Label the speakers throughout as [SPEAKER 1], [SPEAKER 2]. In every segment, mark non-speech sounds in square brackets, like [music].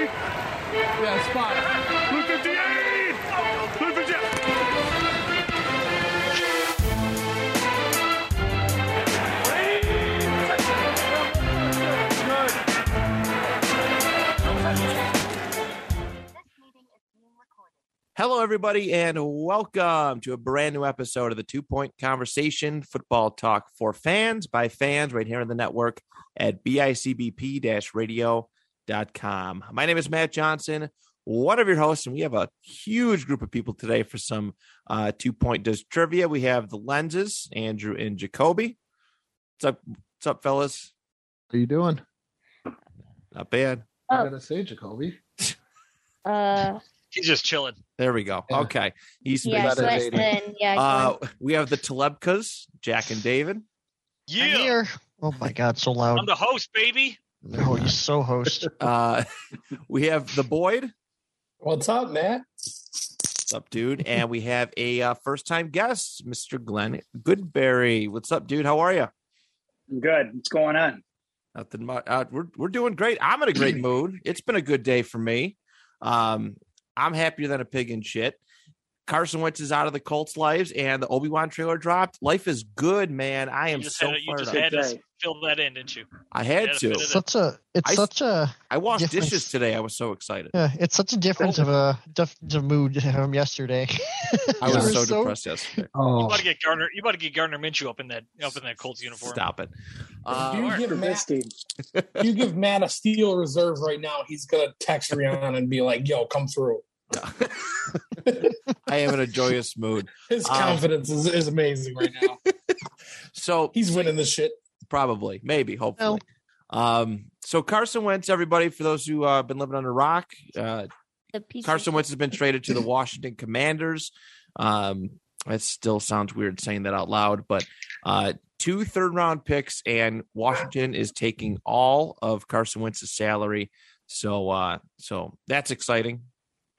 [SPEAKER 1] Yeah, spot.
[SPEAKER 2] Hello, everybody, and welcome to a brand new episode of the Two Point Conversation Football Talk for fans by fans right here on the network at bicbp radio.com. My name is Matt Johnson, one of your hosts, and we have a huge group of people today for some uh, Two Point Does Trivia. We have the lenses, Andrew and Jacoby. What's up, what's up fellas?
[SPEAKER 3] How you doing?
[SPEAKER 2] Not bad.
[SPEAKER 3] I
[SPEAKER 4] Oh.
[SPEAKER 3] gotta say, Jacoby.
[SPEAKER 4] Uh,
[SPEAKER 5] He's just chilling.
[SPEAKER 2] There we go.
[SPEAKER 3] Yeah.
[SPEAKER 2] Okay. He's
[SPEAKER 4] yeah, it's
[SPEAKER 3] better
[SPEAKER 4] less
[SPEAKER 3] dating.
[SPEAKER 4] than yeah.
[SPEAKER 2] uh,
[SPEAKER 4] it's
[SPEAKER 2] we have the Telebkas, Jack and David.
[SPEAKER 5] Yeah.
[SPEAKER 6] I'm here. Oh my god, so loud.
[SPEAKER 5] I'm the host, baby.
[SPEAKER 6] No, you so
[SPEAKER 5] [laughs]
[SPEAKER 6] host.
[SPEAKER 2] Uh, [laughs] we have the Boyd.
[SPEAKER 1] What's up, Matt?
[SPEAKER 2] What's up, dude? And we have a uh, first-time guest, Mr. Glenn Goodberry. What's up, dude? How are you?
[SPEAKER 7] I'm good. What's going on?
[SPEAKER 2] Nothing much. Uh, we're we're doing great. I'm in a [clears throat] great mood. It's been a good day for me. Um, I'm happier than a pig in shit. Carson Wentz is out of the Colts' lives, and the Obi Wan trailer dropped. Life is good, man. I am
[SPEAKER 5] you just
[SPEAKER 2] so
[SPEAKER 5] had, you
[SPEAKER 2] fired
[SPEAKER 5] just
[SPEAKER 2] up.
[SPEAKER 5] had
[SPEAKER 7] Good
[SPEAKER 5] to
[SPEAKER 7] day.
[SPEAKER 5] fill that in, didn't you?
[SPEAKER 2] I had
[SPEAKER 5] had to
[SPEAKER 2] to.
[SPEAKER 5] fit it in.
[SPEAKER 6] Such a it's
[SPEAKER 2] I-
[SPEAKER 6] such a
[SPEAKER 2] I washed
[SPEAKER 6] Difference.
[SPEAKER 2] dishes today. I was so excited.
[SPEAKER 6] yeah, it's such a difference of a different of mood from yesterday.
[SPEAKER 2] I
[SPEAKER 6] [laughs] You
[SPEAKER 2] was
[SPEAKER 6] were
[SPEAKER 2] so, depressed yesterday.
[SPEAKER 5] You
[SPEAKER 3] Oh,
[SPEAKER 5] about to get Garner. You about to get Garner Minshew up in that up in that Colts uniform.
[SPEAKER 2] Stop it.
[SPEAKER 1] Do
[SPEAKER 2] Uh,
[SPEAKER 1] you give Matt,
[SPEAKER 7] Trubisky.
[SPEAKER 1] you give Matt a steel reserve right now, he's gonna text Rihanna and be like, "Yo, come through."
[SPEAKER 2] I am in a joyous mood.
[SPEAKER 1] His
[SPEAKER 2] Um,
[SPEAKER 1] confidence is, is amazing right now.
[SPEAKER 2] So
[SPEAKER 1] He's winning this shit.
[SPEAKER 2] probably, maybe, hopefully. Um, so Carson Wentz, everybody, for those who uh, been living under a rock, uh,
[SPEAKER 4] the piece
[SPEAKER 2] Carson Wentz has been traded to the Washington Commanders. Um, that still sounds weird saying that out loud, but uh, two third round picks, and Washington is taking all of Carson Wentz's salary. So, uh, so that's exciting.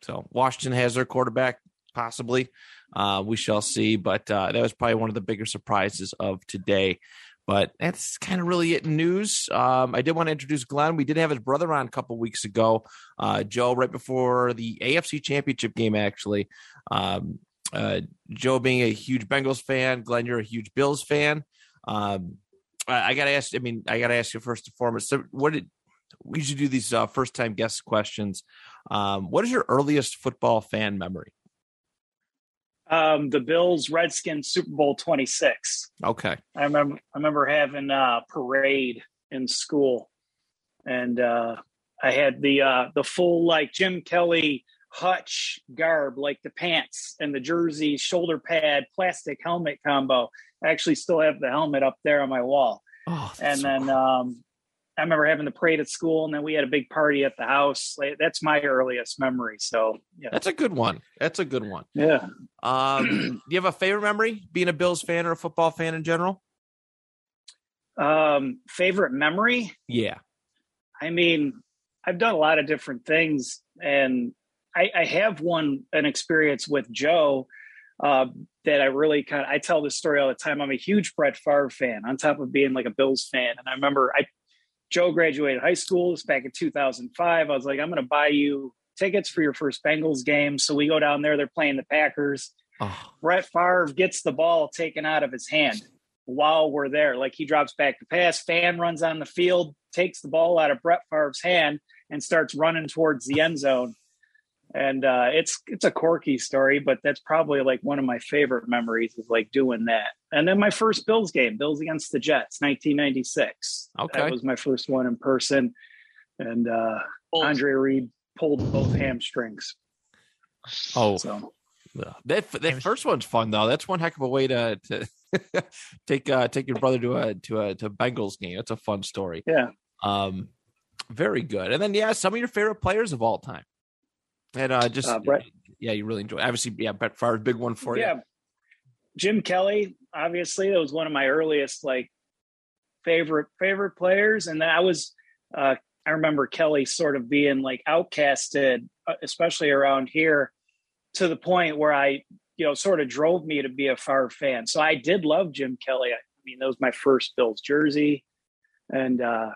[SPEAKER 2] So Washington has their quarterback, possibly. Uh, we shall see, but uh, that was probably one of the bigger surprises of today. But that's kind of really it in news. Um, I did want to introduce Glenn. We did have his brother on a couple weeks ago uh, Joe right before the AFC Championship game, actually. Um, uh, Joe being a huge Bengals fan, Glenn, you're a huge Bills fan. Um, I, I gotta ask. I mean, I gotta ask you first and foremost. So what did we should do these uh, first time guest questions? Um, what is your earliest football fan memory?
[SPEAKER 7] Um, the Bills Redskins Super Bowl 26.
[SPEAKER 2] Okay,
[SPEAKER 7] I remember I remember having a parade in school and uh I had the uh the full like Jim Kelly hutch garb like the pants and the jersey shoulder pad plastic helmet combo. I actually still have the helmet up there on my wall.
[SPEAKER 2] oh, that's
[SPEAKER 7] and
[SPEAKER 2] so
[SPEAKER 7] then
[SPEAKER 2] cool.
[SPEAKER 7] um, I remember having the parade at school, and then we had a big party at the house. Like, That's my earliest memory. So yeah,
[SPEAKER 2] that's a good one. That's a good one.
[SPEAKER 7] yeah.
[SPEAKER 2] Um,
[SPEAKER 7] [clears throat]
[SPEAKER 2] do you have a favorite memory being a Bills fan or a football fan in general?
[SPEAKER 7] Um, favorite memory?
[SPEAKER 2] Yeah,
[SPEAKER 7] I mean, I've done a lot of different things, and I, I have one an experience with Joe uh, that I really kind of I tell this story all the time. I'm a huge Brett Favre fan, on top of being like a Bills fan, and I remember I Joe graduated high school. This back in 2005. I was like, I'm going to buy you tickets for your first Bengals game. So we go down there. They're playing the Packers.
[SPEAKER 2] oh,
[SPEAKER 7] Brett Favre gets the ball taken out of his hand while we're there. Like he drops back to pass, fan runs on the field, takes the ball out of Brett Favre's hand, and starts running towards the end zone. And uh, it's it's a quirky story, but that's probably like one of my favorite memories is like doing that. And then my first Bills game, Bills against the Jets, 1996.
[SPEAKER 2] Okay.
[SPEAKER 7] that was my first one in person. And uh,
[SPEAKER 5] Bulls.
[SPEAKER 7] Andre Reed pulled both hamstrings.
[SPEAKER 2] oh,
[SPEAKER 7] So
[SPEAKER 2] Yeah. That that first one's fun though. That's one heck of a way to, to [laughs] take uh, take your brother to a to a to a Bengals game. That's a fun story.
[SPEAKER 7] yeah,
[SPEAKER 2] Um, very good. And then yeah, some of your favorite players of all time. And uh, just
[SPEAKER 7] Uh, Brett-
[SPEAKER 2] yeah, you really enjoy. Obviously, yeah, Brett Favre's a big one for you.
[SPEAKER 7] yeah. Jim Kelly, obviously, that was one of my earliest like favorite favorite players, and then I was uh, I remember Kelly sort of being like outcasted, uh, especially around here, to the point where I you know sort of drove me to be a far fan. So I did love Jim Kelly. I mean, that was my first Bills jersey, and uh,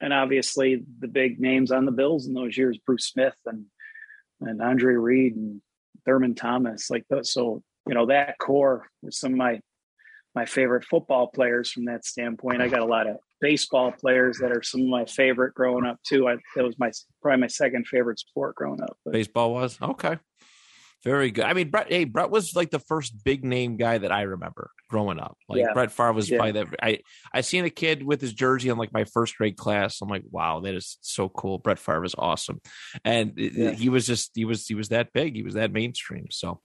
[SPEAKER 7] and obviously the big names on the Bills in those years, Bruce Smith and and Andre Reed and Thurman Thomas, like those. So you know that core was some of my my favorite football players from that standpoint. I got a lot of baseball players that are some of my favorite growing up too. I, that was my probably my second favorite sport growing up. But
[SPEAKER 2] Baseball was okay. Very good. I mean, Brett. Hey, Brett was like the first big name guy that I remember growing up. Like
[SPEAKER 7] Yeah.
[SPEAKER 2] Brett Favre was
[SPEAKER 7] Yeah.
[SPEAKER 2] probably that. I I seen a kid with his jersey in like my first grade class. I'm like, wow, that is so cool. Brett Favre is awesome, and it-
[SPEAKER 7] Yeah.
[SPEAKER 2] he was just he was he was that big. He was that mainstream. So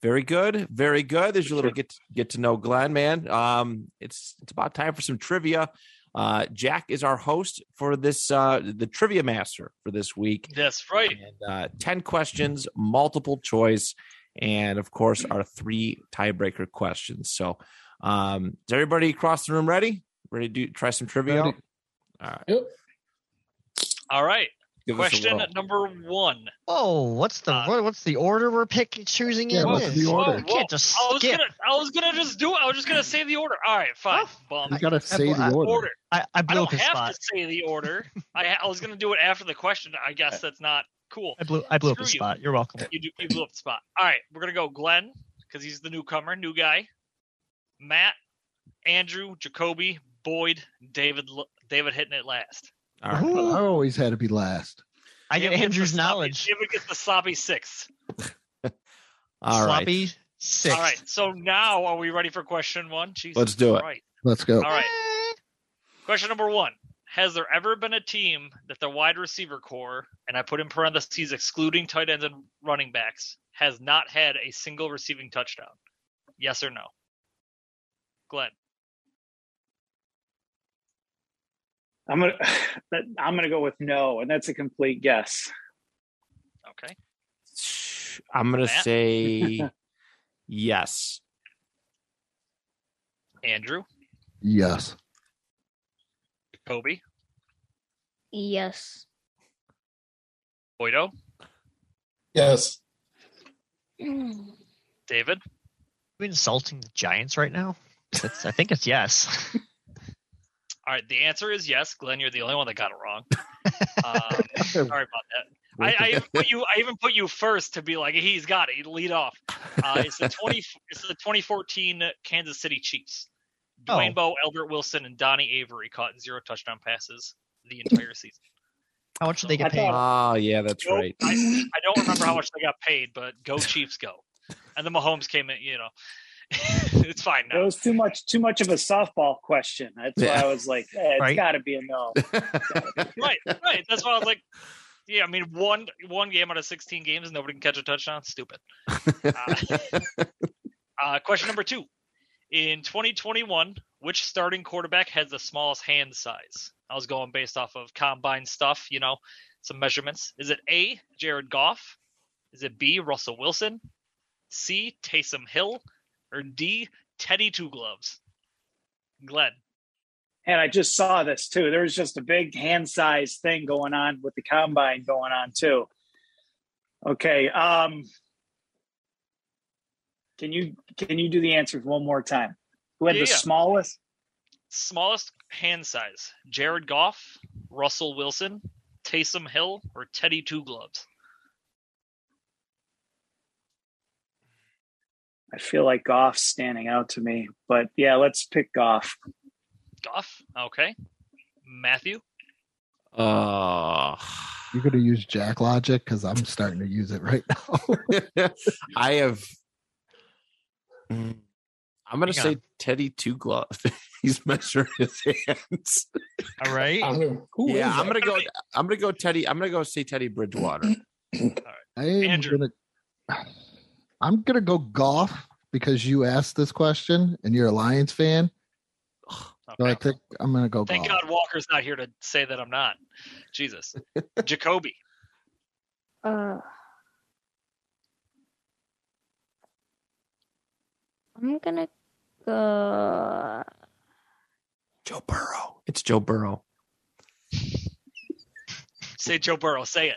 [SPEAKER 2] very good, very good. There's your little get get to know Glenn, man. Um, it's it's about time for some trivia. Uh, Jack is our host for this uh the trivia master for this week
[SPEAKER 5] That's right.
[SPEAKER 2] and uh, 10 questions, multiple choice, and of course, our three tiebreaker questions. So, um, is everybody across the room ready? Ready to do, try some trivia?
[SPEAKER 3] Ready.
[SPEAKER 2] All right.
[SPEAKER 5] All right.
[SPEAKER 2] give us a
[SPEAKER 5] Question
[SPEAKER 2] whirl.
[SPEAKER 5] number one.
[SPEAKER 6] Oh, what's the
[SPEAKER 5] Uh,
[SPEAKER 6] what, what's the order we're picking choosing
[SPEAKER 3] Yeah,
[SPEAKER 6] in?
[SPEAKER 3] what's
[SPEAKER 6] This?
[SPEAKER 3] the order?
[SPEAKER 6] You can't just
[SPEAKER 5] I was
[SPEAKER 6] skip.
[SPEAKER 5] gonna, I was gonna just do it. I was just gonna say the order. All right, fine.
[SPEAKER 2] Oh.
[SPEAKER 5] Bum.
[SPEAKER 3] You gotta say the
[SPEAKER 6] I-
[SPEAKER 3] order.
[SPEAKER 5] order.
[SPEAKER 6] I, I
[SPEAKER 5] I
[SPEAKER 6] blew
[SPEAKER 5] don't
[SPEAKER 6] up his
[SPEAKER 5] have
[SPEAKER 6] spot.
[SPEAKER 5] to say the order. I, ha- I was gonna do it after the question.
[SPEAKER 2] [laughs]
[SPEAKER 5] I guess that's not cool.
[SPEAKER 6] I blew I blew up
[SPEAKER 5] Screw
[SPEAKER 6] his
[SPEAKER 5] you.
[SPEAKER 6] spot. You're welcome.
[SPEAKER 5] You do, you blew up the spot. All right, we're gonna go Glenn because he's the newcomer, new guy. Matt, Andrew, Jacoby, Boyd, David, L- David hitting it last.
[SPEAKER 2] All right.
[SPEAKER 3] I
[SPEAKER 6] Ooh,
[SPEAKER 3] always had to be last.
[SPEAKER 6] I get
[SPEAKER 5] David gets
[SPEAKER 6] Andrew's
[SPEAKER 5] the sloppy-
[SPEAKER 6] knowledge.
[SPEAKER 5] David gets the sloppy six.
[SPEAKER 2] All right.
[SPEAKER 6] Sloppy six.
[SPEAKER 5] All right. So now, are we ready for question one? Jesus
[SPEAKER 2] Let's do it.
[SPEAKER 5] Christ.
[SPEAKER 3] Let's go.
[SPEAKER 5] All right.
[SPEAKER 6] Eh,
[SPEAKER 5] Question number one: Has there ever been a team that the wide receiver core, and I put in parentheses excluding tight ends and running backs, has not had a single receiving touchdown? Yes or no? Glenn.
[SPEAKER 7] I'm gonna [laughs] that, I'm gonna go with no, and that's a complete guess.
[SPEAKER 5] Okay.
[SPEAKER 2] I'm going to
[SPEAKER 5] Matt?
[SPEAKER 2] say yes.
[SPEAKER 5] Andrew.
[SPEAKER 3] Yes.
[SPEAKER 5] Kobe.
[SPEAKER 4] Yes. [clears throat]
[SPEAKER 5] Boydo.
[SPEAKER 1] Yes.
[SPEAKER 4] Mm.
[SPEAKER 5] David.
[SPEAKER 6] Are we insulting the Giants right now? It's- I think it's yes. [laughs]
[SPEAKER 5] All right. The answer is yes. Glenn, you're the only one that got it
[SPEAKER 2] [laughs]
[SPEAKER 5] wrong. um, sorry about that. I, I even put you. I even put you first to be like he's got it. Lead off. Uh, it's the twenty. it's the 2014 Kansas City Chiefs.
[SPEAKER 6] Oh.
[SPEAKER 5] Dwayne Bowe, Albert Wilson, and Donnie Avery caught zero touchdown passes the entire season.
[SPEAKER 6] How much do they
[SPEAKER 7] I
[SPEAKER 6] get paid?
[SPEAKER 7] thought-
[SPEAKER 2] Oh, yeah, that's
[SPEAKER 5] Nope.
[SPEAKER 2] right.
[SPEAKER 5] I, I don't remember how much they got paid, but go Chiefs, go! And then Mahomes came in. You know, [laughs] it's fine
[SPEAKER 7] That
[SPEAKER 5] now.
[SPEAKER 7] was too much too much of a softball question. That's
[SPEAKER 2] Yeah.
[SPEAKER 7] why I was like, eh, it's
[SPEAKER 6] Right.
[SPEAKER 7] got to be a no.
[SPEAKER 5] right, right. That's why I was like, yeah. I mean, one one game out of 16 games, nobody can catch a touchdown. Stupid. Uh, [laughs] Uh, question number two. In 2021, which starting quarterback has the smallest hand size? I was going based off of combine stuff, you know, some measurements. Is it A, Jared Goff? Is it B, Russell Wilson? C, Taysom Hill? Or D, Teddy Two Gloves? Glenn.
[SPEAKER 7] And I just saw this too. There was just a big hand size thing going on with the combine going on too. Okay. Um can you can you do the answers one more time? Who had
[SPEAKER 5] Yeah,
[SPEAKER 7] the
[SPEAKER 5] yeah.
[SPEAKER 7] smallest?
[SPEAKER 5] Smallest hand size, Jared Goff, Russell Wilson, Taysom Hill, or Teddy Two Gloves?
[SPEAKER 7] I feel like Goff's standing out to me. But yeah, let's pick Goff.
[SPEAKER 5] Goff? Okay. Matthew?
[SPEAKER 2] Oh.
[SPEAKER 3] You're gonna use Jack logic because I'm starting to use it right [laughs] now.
[SPEAKER 2] [laughs] I have. Mm. I'm going to
[SPEAKER 6] Hang
[SPEAKER 2] say Teddy Two Gloves. [laughs] He's measuring his hands.
[SPEAKER 6] All right.
[SPEAKER 1] I don't know. Who
[SPEAKER 2] yeah,
[SPEAKER 1] is
[SPEAKER 2] I'm
[SPEAKER 1] that?
[SPEAKER 2] gonna go. I'm gonna go Teddy. I'm gonna go see Teddy Bridgewater.
[SPEAKER 3] I am
[SPEAKER 5] Andrew.
[SPEAKER 3] gonna I'm gonna go golf because you asked this question and you're a Lions fan. So I
[SPEAKER 5] Okay.
[SPEAKER 3] think I'm gonna go
[SPEAKER 5] Thank
[SPEAKER 3] golf.
[SPEAKER 5] God Walker's not here to say that I'm not.
[SPEAKER 3] [laughs]
[SPEAKER 5] Jesus. Jacoby.
[SPEAKER 4] Uh, I'm gonna go.
[SPEAKER 2] Joe Burrow. It's Joe Burrow.
[SPEAKER 5] Say Joe Burrow. Say it.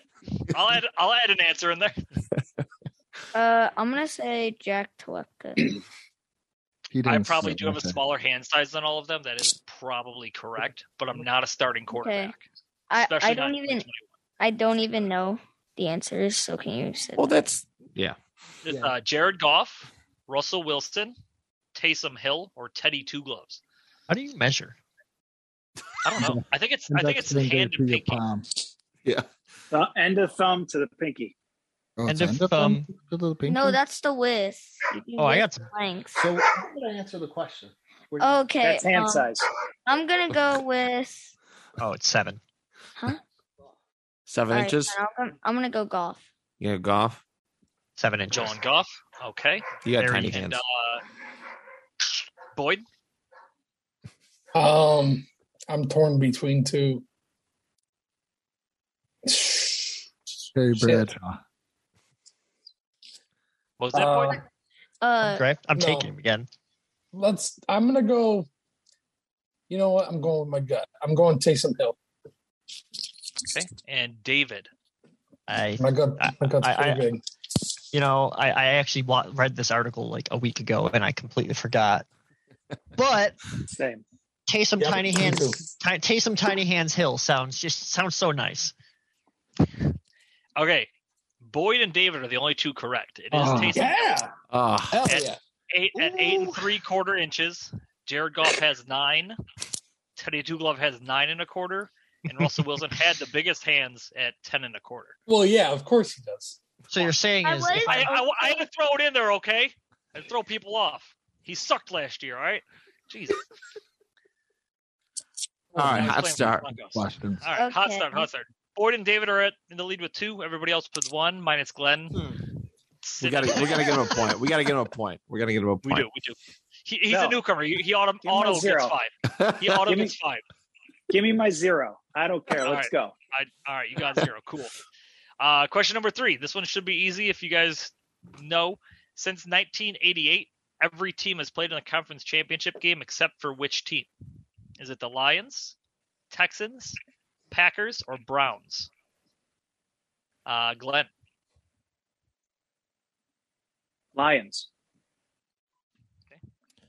[SPEAKER 5] I'll add. I'll add an answer in there.
[SPEAKER 4] Uh, I'm gonna say Jack Telepka.
[SPEAKER 3] He
[SPEAKER 5] I
[SPEAKER 3] didn't
[SPEAKER 5] probably
[SPEAKER 3] sit
[SPEAKER 5] do have a
[SPEAKER 3] with it.
[SPEAKER 5] smaller hand size than all of them. That is probably correct, but I'm not a starting quarterback.
[SPEAKER 4] I
[SPEAKER 5] Especially
[SPEAKER 4] I
[SPEAKER 5] not
[SPEAKER 4] don't
[SPEAKER 5] in
[SPEAKER 4] even
[SPEAKER 5] 2021.
[SPEAKER 4] I don't even know the answers. So can you say?
[SPEAKER 2] Well, that's
[SPEAKER 5] It's,
[SPEAKER 1] Yeah.
[SPEAKER 5] uh, Jared Goff, Russell Wilson, Taysom Hill, or Teddy Two Gloves.
[SPEAKER 6] How do you measure?
[SPEAKER 5] I don't know. I think it's. I think
[SPEAKER 3] Index
[SPEAKER 5] it's
[SPEAKER 3] finger
[SPEAKER 5] hand
[SPEAKER 3] to
[SPEAKER 5] and
[SPEAKER 3] your
[SPEAKER 5] pinky.
[SPEAKER 3] palm.
[SPEAKER 2] yeah.
[SPEAKER 7] Th- end of thumb to the pinky.
[SPEAKER 3] Oh, it's
[SPEAKER 6] And if,
[SPEAKER 3] end of thumb
[SPEAKER 6] um,
[SPEAKER 3] to the pinky?
[SPEAKER 4] No, that's the width. You do
[SPEAKER 6] Oh, I
[SPEAKER 4] width
[SPEAKER 6] got some.
[SPEAKER 4] length.
[SPEAKER 3] So how did I answer the question? Were you-
[SPEAKER 4] Okay,
[SPEAKER 7] That's hand
[SPEAKER 4] um,
[SPEAKER 7] size.
[SPEAKER 4] I'm gonna go with.
[SPEAKER 6] Oh, it's seven.
[SPEAKER 2] Seven
[SPEAKER 4] all right,
[SPEAKER 2] inches.
[SPEAKER 4] fine, I'm, I'm gonna go golf.
[SPEAKER 2] You know, golf.
[SPEAKER 6] Seven inches.
[SPEAKER 5] John Goff. Okay.
[SPEAKER 2] You got
[SPEAKER 6] Very
[SPEAKER 2] tiny
[SPEAKER 6] good.
[SPEAKER 2] hands.
[SPEAKER 5] And uh, Boyd.
[SPEAKER 1] Um, I'm torn between two.
[SPEAKER 3] Terry
[SPEAKER 1] Shit.
[SPEAKER 3] Bradshaw.
[SPEAKER 5] What was that
[SPEAKER 1] Uh,
[SPEAKER 5] Boyd?
[SPEAKER 4] Uh,
[SPEAKER 6] Okay, I'm
[SPEAKER 1] no.
[SPEAKER 6] taking him again.
[SPEAKER 1] let's. I'm gonna go. You know what? I'm going with my gut. I'm going Taysom Hill.
[SPEAKER 5] Okay. And David.
[SPEAKER 6] I,
[SPEAKER 1] My gut.
[SPEAKER 6] I-
[SPEAKER 1] My gut's
[SPEAKER 6] I-
[SPEAKER 1] pretty
[SPEAKER 6] I-
[SPEAKER 1] big.
[SPEAKER 6] you know, I, I actually wa- read this article like a week ago and I completely forgot. But
[SPEAKER 7] Same.
[SPEAKER 6] Taysom
[SPEAKER 1] Yep,
[SPEAKER 6] Tiny
[SPEAKER 1] me
[SPEAKER 6] Hands, Ti- Taysom Tiny Hands Hill sounds just sounds so nice.
[SPEAKER 5] Okay. Boyd and David are the only two correct. It is
[SPEAKER 3] Oh.
[SPEAKER 5] Taysom
[SPEAKER 1] Yeah.
[SPEAKER 2] Ah,
[SPEAKER 1] Hell
[SPEAKER 5] And-
[SPEAKER 1] yeah.
[SPEAKER 5] eight at eight
[SPEAKER 6] Ooh.
[SPEAKER 5] and three quarter inches. Jared Goff has nine. Teddy Two Glove has nine and a quarter. And Russell Wilson had the biggest hands at ten and a quarter.
[SPEAKER 1] Well, yeah. Of course he does.
[SPEAKER 6] So you're saying
[SPEAKER 4] I
[SPEAKER 6] is if
[SPEAKER 5] I,
[SPEAKER 6] I,
[SPEAKER 5] I, I had to throw it in there, okay? And throw people off. He sucked last year, all right? Jesus.
[SPEAKER 2] All right,
[SPEAKER 5] He's
[SPEAKER 2] hot
[SPEAKER 5] playing for the
[SPEAKER 2] start.
[SPEAKER 5] Broncos. All
[SPEAKER 3] Washington.
[SPEAKER 5] right, hot
[SPEAKER 4] Okay.
[SPEAKER 5] start, hot start. Boyd and David are at, in the lead with two. Everybody else with one, minus Glenn.
[SPEAKER 2] we
[SPEAKER 7] Hmm.
[SPEAKER 5] Sitting
[SPEAKER 2] gotta
[SPEAKER 5] at-
[SPEAKER 2] we gotta give him a point. We gotta give him a point. We're gonna give him a
[SPEAKER 5] We
[SPEAKER 2] point.
[SPEAKER 5] do, we do. He, he's
[SPEAKER 7] No.
[SPEAKER 5] a newcomer. He, he auto,
[SPEAKER 7] Give him a
[SPEAKER 5] auto gets
[SPEAKER 7] zero.
[SPEAKER 5] five. He auto
[SPEAKER 7] [laughs] Give me-
[SPEAKER 5] gets five.
[SPEAKER 7] Give me my zero. I don't care.
[SPEAKER 5] All
[SPEAKER 7] Let's go.
[SPEAKER 5] I, all right, you got zero. Cool. Uh, question number three. This one should be easy if you guys know. Since 1988, every team has played in a conference championship game except for which team? Is it the Lions, Texans, Packers, or Browns? Uh, Glenn,
[SPEAKER 7] Lions.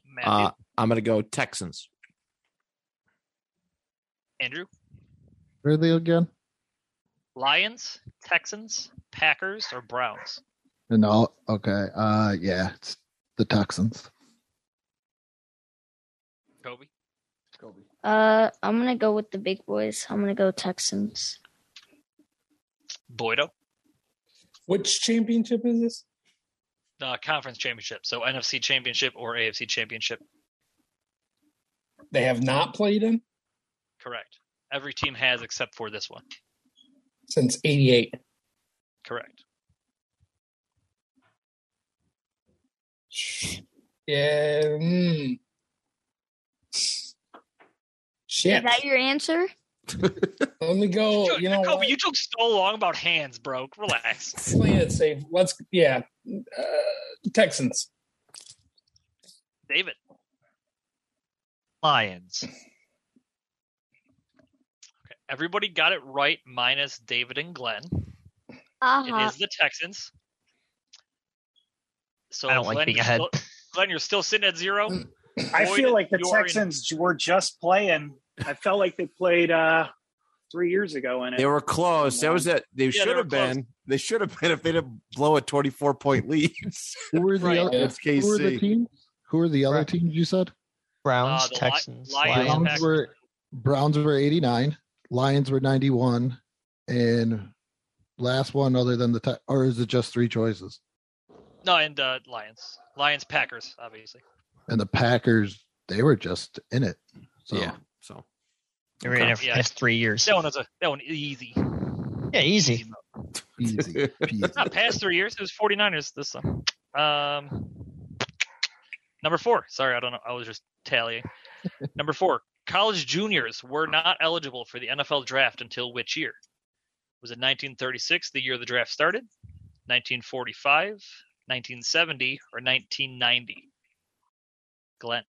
[SPEAKER 5] Matthew,
[SPEAKER 2] [laughs] Uh, I'm gonna go Texans.
[SPEAKER 5] Andrew,
[SPEAKER 3] Where are they again?
[SPEAKER 5] Lions, Texans, Packers, or Browns?
[SPEAKER 3] And all okay. Uh yeah, it's the Texans.
[SPEAKER 5] Kobe,
[SPEAKER 4] uh, I'm gonna go with the big boys. I'm gonna go Texans.
[SPEAKER 5] Boydo,
[SPEAKER 1] Which championship is this?
[SPEAKER 5] uh, conference championship. So NFC championship or AFC championship.
[SPEAKER 1] They have not played in
[SPEAKER 5] Correct. Every team has except for this one.
[SPEAKER 1] since '88.
[SPEAKER 5] Correct.
[SPEAKER 1] Yeah. Mm. Shit.
[SPEAKER 4] Is that your answer?
[SPEAKER 1] Let
[SPEAKER 7] Oh,
[SPEAKER 1] me go.
[SPEAKER 5] Dude,
[SPEAKER 1] You know
[SPEAKER 5] Kobe,
[SPEAKER 1] what?
[SPEAKER 5] you took so long about hands, bro. Relax. [laughs]
[SPEAKER 1] Playing it safe. Let's. Yeah. Uh, Texans.
[SPEAKER 5] David,
[SPEAKER 6] Lions.
[SPEAKER 5] everybody got it right minus David and Glenn.
[SPEAKER 4] Uh
[SPEAKER 5] It
[SPEAKER 4] huh.
[SPEAKER 5] is the Texans. So
[SPEAKER 6] I don't
[SPEAKER 5] Glenn,
[SPEAKER 6] like being
[SPEAKER 5] you're
[SPEAKER 6] ahead.
[SPEAKER 5] Still, Glenn, you're still sitting at zero.
[SPEAKER 7] [clears throat] I
[SPEAKER 5] Boyd,
[SPEAKER 7] feel like the
[SPEAKER 5] you're in.
[SPEAKER 7] Texans were just playing. I felt like they played uh, three years ago in it.
[SPEAKER 2] They were close. That was it. They
[SPEAKER 5] they
[SPEAKER 2] should
[SPEAKER 5] were
[SPEAKER 2] have been.
[SPEAKER 5] close.
[SPEAKER 2] They should have been if they didn't blow a 24 point lead. [laughs]
[SPEAKER 3] Who were the
[SPEAKER 5] Right.
[SPEAKER 3] other
[SPEAKER 2] It's
[SPEAKER 3] who were the
[SPEAKER 2] KC.
[SPEAKER 3] teams? Who were the other
[SPEAKER 1] Right.
[SPEAKER 3] teams you said?
[SPEAKER 6] Browns,
[SPEAKER 5] Uh, the Li- Lions,
[SPEAKER 6] Texans, Lions.
[SPEAKER 3] Browns
[SPEAKER 5] Packers.
[SPEAKER 3] were Browns were eighty nine, Lions were ninety one, and last one other than the te- or is it just three choices?
[SPEAKER 5] No, and uh, Lions, Lions, Packers, obviously.
[SPEAKER 3] And the Packers, they were just in it. So
[SPEAKER 2] Yeah. So [laughs]
[SPEAKER 6] They were in it for the
[SPEAKER 5] Yeah.
[SPEAKER 6] past three years.
[SPEAKER 5] That one was a that one easy.
[SPEAKER 6] Yeah, easy.
[SPEAKER 3] easy
[SPEAKER 2] [laughs]
[SPEAKER 5] Not
[SPEAKER 3] peasy.
[SPEAKER 5] past three years. It was 49ers this time. Um, number four. Sorry, I don't know. I was just tallying. number four. College juniors were not eligible for the NFL draft until which year? Was it 1936, the year the draft started? 1945, 1970, or 1990? Glenn.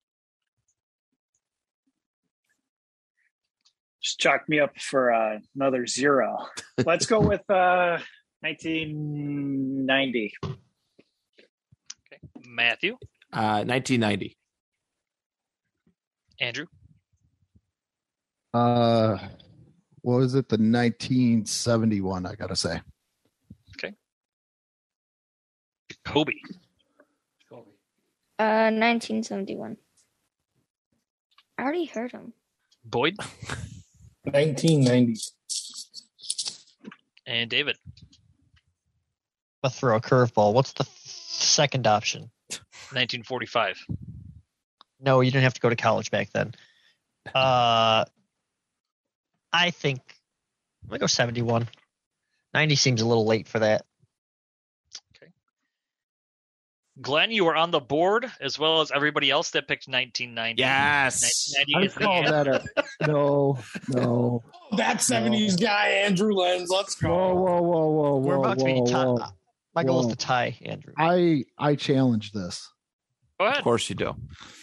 [SPEAKER 7] Just chalk me up for uh, another zero. Let's go with uh, 1990.
[SPEAKER 5] Okay. Matthew.
[SPEAKER 2] Uh, 1990.
[SPEAKER 5] Andrew.
[SPEAKER 3] Uh, what was it? The 1971, I gotta say.
[SPEAKER 5] Kobe.
[SPEAKER 4] Uh, 1971. I already heard him.
[SPEAKER 5] Boyd.
[SPEAKER 1] 1990.
[SPEAKER 5] And David.
[SPEAKER 6] I'll throw a curveball. What's the f- second option?
[SPEAKER 5] 1945.
[SPEAKER 6] No, you didn't have to go to college back [laughs] then. Uh, I think I'm gonna go 71. 90 seems a little late for that.
[SPEAKER 5] Glenn, you are on the board as well as everybody else that picked 1990.
[SPEAKER 2] Yes.
[SPEAKER 5] 1990
[SPEAKER 3] I
[SPEAKER 5] is the
[SPEAKER 3] call
[SPEAKER 5] answer.
[SPEAKER 3] that a no, no.
[SPEAKER 1] Oh, that 70s guy, Andrew Lenz. Let's
[SPEAKER 3] Whoa,
[SPEAKER 1] go.
[SPEAKER 3] whoa, whoa, whoa, whoa.
[SPEAKER 6] We're about to
[SPEAKER 3] whoa,
[SPEAKER 6] be
[SPEAKER 3] whoa.
[SPEAKER 6] tie. My goal is
[SPEAKER 3] whoa.
[SPEAKER 6] to tie, Andrew.
[SPEAKER 3] I I challenge this.
[SPEAKER 5] Go
[SPEAKER 2] Of
[SPEAKER 5] ahead.
[SPEAKER 2] course you do.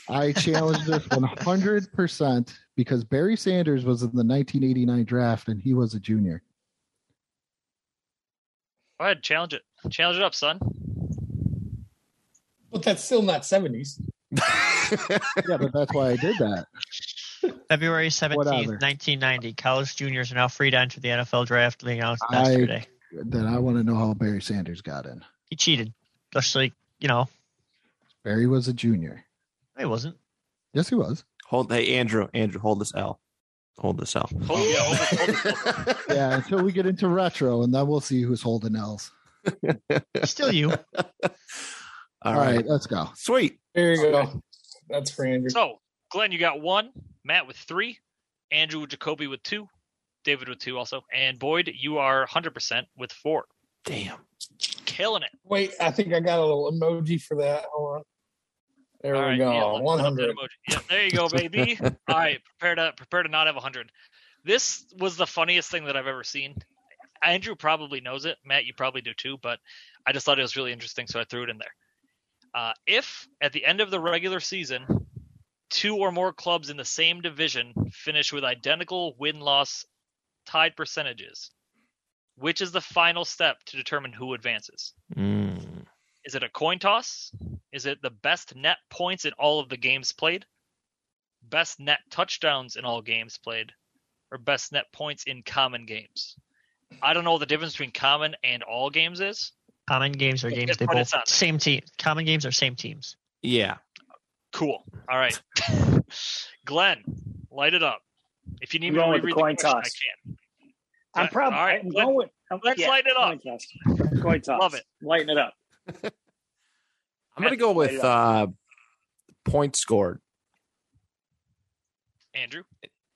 [SPEAKER 3] I challenge this 100 percent because Barry Sanders was in the 1989 draft and he was a junior.
[SPEAKER 5] Go ahead. Challenge it. Challenge it up, son.
[SPEAKER 1] But that's still not 70s.
[SPEAKER 3] Yeah, but that's why I did that.
[SPEAKER 6] February 17th,
[SPEAKER 3] Whatever.
[SPEAKER 6] 1990. College juniors are now free to enter the NFL draft. They announced
[SPEAKER 3] I-
[SPEAKER 6] yesterday.
[SPEAKER 3] Then I want to know how Barry Sanders got in.
[SPEAKER 6] He cheated. Just like, you know,
[SPEAKER 3] Barry was a junior.
[SPEAKER 6] he wasn't.
[SPEAKER 3] Yes, he was.
[SPEAKER 2] Hold, hey Andrew, Andrew, hold this L. Hold this L.
[SPEAKER 5] Hold, yeah, hold it, hold
[SPEAKER 2] [laughs]
[SPEAKER 5] it, hold it.
[SPEAKER 3] Yeah, until we get into retro, and then we'll see who's holding L's. [laughs]
[SPEAKER 6] Still you.
[SPEAKER 2] All right.
[SPEAKER 3] let's go.
[SPEAKER 2] Sweet.
[SPEAKER 1] There you go. That's for Andrew.
[SPEAKER 5] So, Glenn, you got one. Matt with three. Andrew Jacoby with two. David with two also. And Boyd, you are 100% with four.
[SPEAKER 2] Damn.
[SPEAKER 5] Killing it.
[SPEAKER 1] Wait, I think I got a little emoji for that. Hold on. There
[SPEAKER 5] All
[SPEAKER 1] we
[SPEAKER 5] right,
[SPEAKER 1] go.
[SPEAKER 5] yeah, let- let that
[SPEAKER 1] 100.
[SPEAKER 5] emoji- Yeah, there you go,
[SPEAKER 1] [laughs]
[SPEAKER 5] baby. All right, prepare to prepare to not have 100. This was the funniest thing that I've ever seen. Andrew probably knows it. Matt, you probably do too, but I just thought it was really interesting, so I threw it in there. Uh, if at the end of the regular season, two or more clubs in the same division finish with identical win loss tied percentages, which is the final step to determine who advances?
[SPEAKER 2] Mm.
[SPEAKER 5] Is it a coin toss? Is it the best net points in all of the games played? Best net touchdowns in all games played? Or best net points in common games? I don't know what the difference between common and all games is.
[SPEAKER 6] Common games are
[SPEAKER 5] Yeah,
[SPEAKER 6] games
[SPEAKER 5] just
[SPEAKER 6] they
[SPEAKER 5] put it
[SPEAKER 6] both
[SPEAKER 5] on there.
[SPEAKER 6] same team. Common games are same teams.
[SPEAKER 2] Yeah.
[SPEAKER 5] Cool. All right. [laughs] Glenn, light it up. If you need
[SPEAKER 7] I'm
[SPEAKER 5] me to
[SPEAKER 7] going with the
[SPEAKER 5] reread
[SPEAKER 7] coin
[SPEAKER 5] the question,
[SPEAKER 7] toss.
[SPEAKER 5] I can.
[SPEAKER 7] I'm probably
[SPEAKER 5] All right,
[SPEAKER 7] I'm
[SPEAKER 5] Glenn,
[SPEAKER 7] going with- I'm-
[SPEAKER 5] let's light it up.
[SPEAKER 7] Coin toss. Coin toss.
[SPEAKER 5] Love it.
[SPEAKER 7] Lighten it up.
[SPEAKER 2] I'm gonna go
[SPEAKER 7] Light it
[SPEAKER 2] with
[SPEAKER 7] up.
[SPEAKER 2] uh points scored.
[SPEAKER 5] Andrew,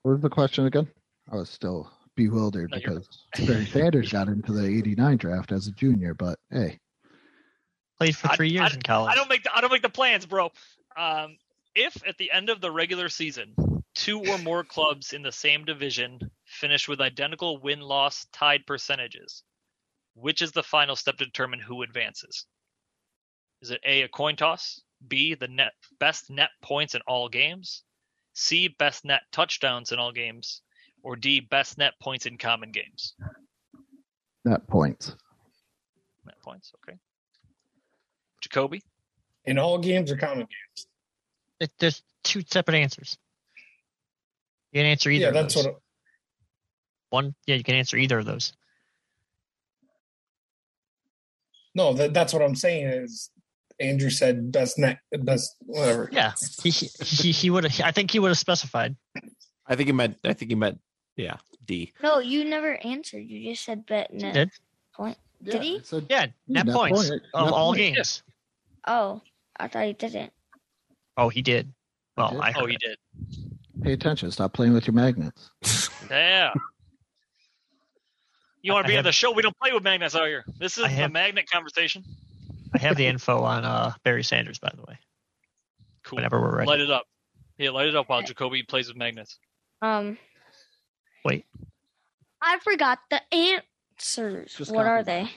[SPEAKER 3] What was the question again? I was still bewildered
[SPEAKER 5] No, you're-
[SPEAKER 3] because Barry Sanders got into the 89 draft as a junior, but hey,
[SPEAKER 6] Played for
[SPEAKER 5] I-
[SPEAKER 6] three years in college.
[SPEAKER 5] I don't make the I don't make the plans, bro. Um, if at the end of the regular season, two or more clubs in the same division finish with identical win-loss tied percentages, which is the final step to determine who advances? Is it A a coin toss? B the net best net points in all games? C best net touchdowns in all games? Or D best net points in common games?
[SPEAKER 3] not points.
[SPEAKER 5] Net points, okay. Jacoby,
[SPEAKER 1] And all games are common games.
[SPEAKER 6] It- there's two separate answers. You can answer either
[SPEAKER 1] yeah,
[SPEAKER 6] of
[SPEAKER 1] that's
[SPEAKER 6] those.
[SPEAKER 1] what.
[SPEAKER 6] One, yeah, you can answer either of those.
[SPEAKER 1] No, that, that's what I'm saying is Andrew said best net, best whatever.
[SPEAKER 6] Yeah, he he he, he would have. I think he would have specified.
[SPEAKER 2] I think he meant I think he meant yeah, D.
[SPEAKER 4] No, you never answered. You just said bet
[SPEAKER 6] He
[SPEAKER 4] net.
[SPEAKER 6] did.
[SPEAKER 4] Did he?
[SPEAKER 3] So
[SPEAKER 6] Yeah,
[SPEAKER 3] net
[SPEAKER 6] net, points
[SPEAKER 3] point,
[SPEAKER 6] of
[SPEAKER 3] net
[SPEAKER 6] all
[SPEAKER 3] point.
[SPEAKER 6] games.
[SPEAKER 4] Oh, I thought he didn't.
[SPEAKER 6] Oh, he did. Well,
[SPEAKER 3] did?
[SPEAKER 6] I heard
[SPEAKER 5] oh, you
[SPEAKER 6] it.
[SPEAKER 5] did.
[SPEAKER 3] pay attention. Stop playing with your magnets.
[SPEAKER 5] Yeah. [laughs] You want
[SPEAKER 6] I
[SPEAKER 5] to be on
[SPEAKER 6] have-
[SPEAKER 5] the show? We don't play with magnets out here. This is
[SPEAKER 6] I
[SPEAKER 5] a
[SPEAKER 6] have-
[SPEAKER 5] magnet conversation.
[SPEAKER 6] I have the info on uh, Barry Sanders, by the way.
[SPEAKER 5] Cool.
[SPEAKER 6] Whenever we're ready.
[SPEAKER 5] Light it up. Yeah, light it up while Jacoby plays with magnets.
[SPEAKER 4] Um.
[SPEAKER 6] Wait.
[SPEAKER 4] I forgot the answers.
[SPEAKER 3] Just
[SPEAKER 4] what
[SPEAKER 3] copy
[SPEAKER 4] are
[SPEAKER 3] that.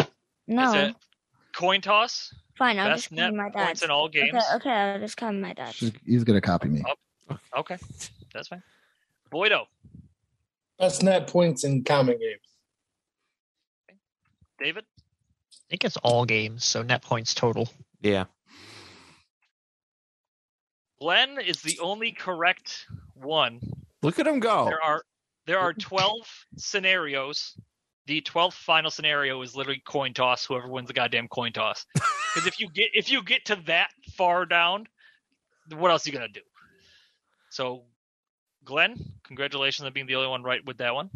[SPEAKER 4] they? No.
[SPEAKER 5] Is it coin toss,
[SPEAKER 4] Fine, I'll just
[SPEAKER 5] Best
[SPEAKER 4] copy
[SPEAKER 5] net
[SPEAKER 4] my dad.
[SPEAKER 5] points in all games.
[SPEAKER 4] Okay, okay, I'll just copy my dad.
[SPEAKER 6] Hmm.
[SPEAKER 3] She's- He's gonna copy me.
[SPEAKER 5] Okay, that's fine. Boydo,
[SPEAKER 1] Best net points in common games.
[SPEAKER 5] David,
[SPEAKER 6] I think it's all games, so net points total.
[SPEAKER 2] Yeah.
[SPEAKER 5] Glenn is the only correct one.
[SPEAKER 2] Look at him
[SPEAKER 6] Oh.
[SPEAKER 2] go.
[SPEAKER 5] There are there are twelve scenarios. The twelfth final scenario is literally coin toss. Whoever wins the goddamn coin
[SPEAKER 6] [laughs]
[SPEAKER 5] toss. Because if you get if you get to that far down, what else are you gonna do? So, Glenn, congratulations on being the only one right with that one.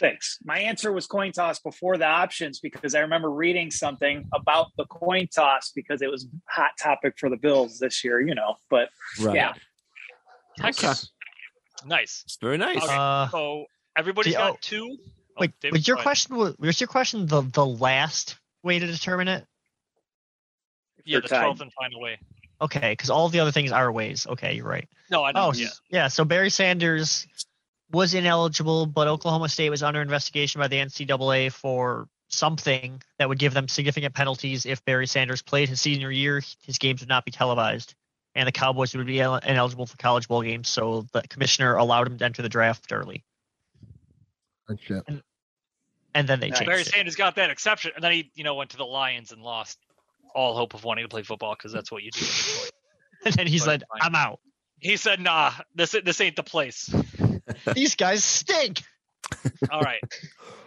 [SPEAKER 7] Thanks. My answer was coin toss before the options because I remember reading something about the coin toss because it was hot topic for the Bills this year, you know. But
[SPEAKER 2] Right.
[SPEAKER 7] yeah,
[SPEAKER 5] Texas. Nice.
[SPEAKER 2] It's very nice.
[SPEAKER 6] Uh,
[SPEAKER 5] So everybody's
[SPEAKER 6] Gee,
[SPEAKER 5] got
[SPEAKER 6] oh.
[SPEAKER 5] two. Oh,
[SPEAKER 6] wait,
[SPEAKER 5] David,
[SPEAKER 6] was your
[SPEAKER 5] go ahead.
[SPEAKER 6] question was, was your question the the last way to determine it?
[SPEAKER 5] Yeah,
[SPEAKER 7] Your
[SPEAKER 5] the
[SPEAKER 7] time.
[SPEAKER 5] twelfth and final way.
[SPEAKER 6] Okay, because all the other things are ways. Okay, you're right.
[SPEAKER 5] No, I know.
[SPEAKER 6] Oh,
[SPEAKER 5] yeah.
[SPEAKER 6] yeah. yeah. So Barry Sanders was ineligible, but Oklahoma State was under investigation by the NCAA for something that would give them significant penalties if Barry Sanders played his senior year. His games would not be televised, and the Cowboys would be el- ineligible for college bowl games. So the commissioner allowed him to enter the draft early,
[SPEAKER 3] Good shit.
[SPEAKER 6] and then they
[SPEAKER 7] Nice.
[SPEAKER 6] changed
[SPEAKER 5] Barry
[SPEAKER 6] it.
[SPEAKER 5] Sanders got that exception, and then he, you know, went to the Lions and lost all hope of wanting to play football because that's what you do. in Detroit.
[SPEAKER 6] [laughs] and then he's
[SPEAKER 5] But
[SPEAKER 6] like,
[SPEAKER 5] fine.
[SPEAKER 6] "I'm out.
[SPEAKER 5] he said, "Nah, this this ain't the place."
[SPEAKER 6] [laughs] These guys stink."
[SPEAKER 5] All right.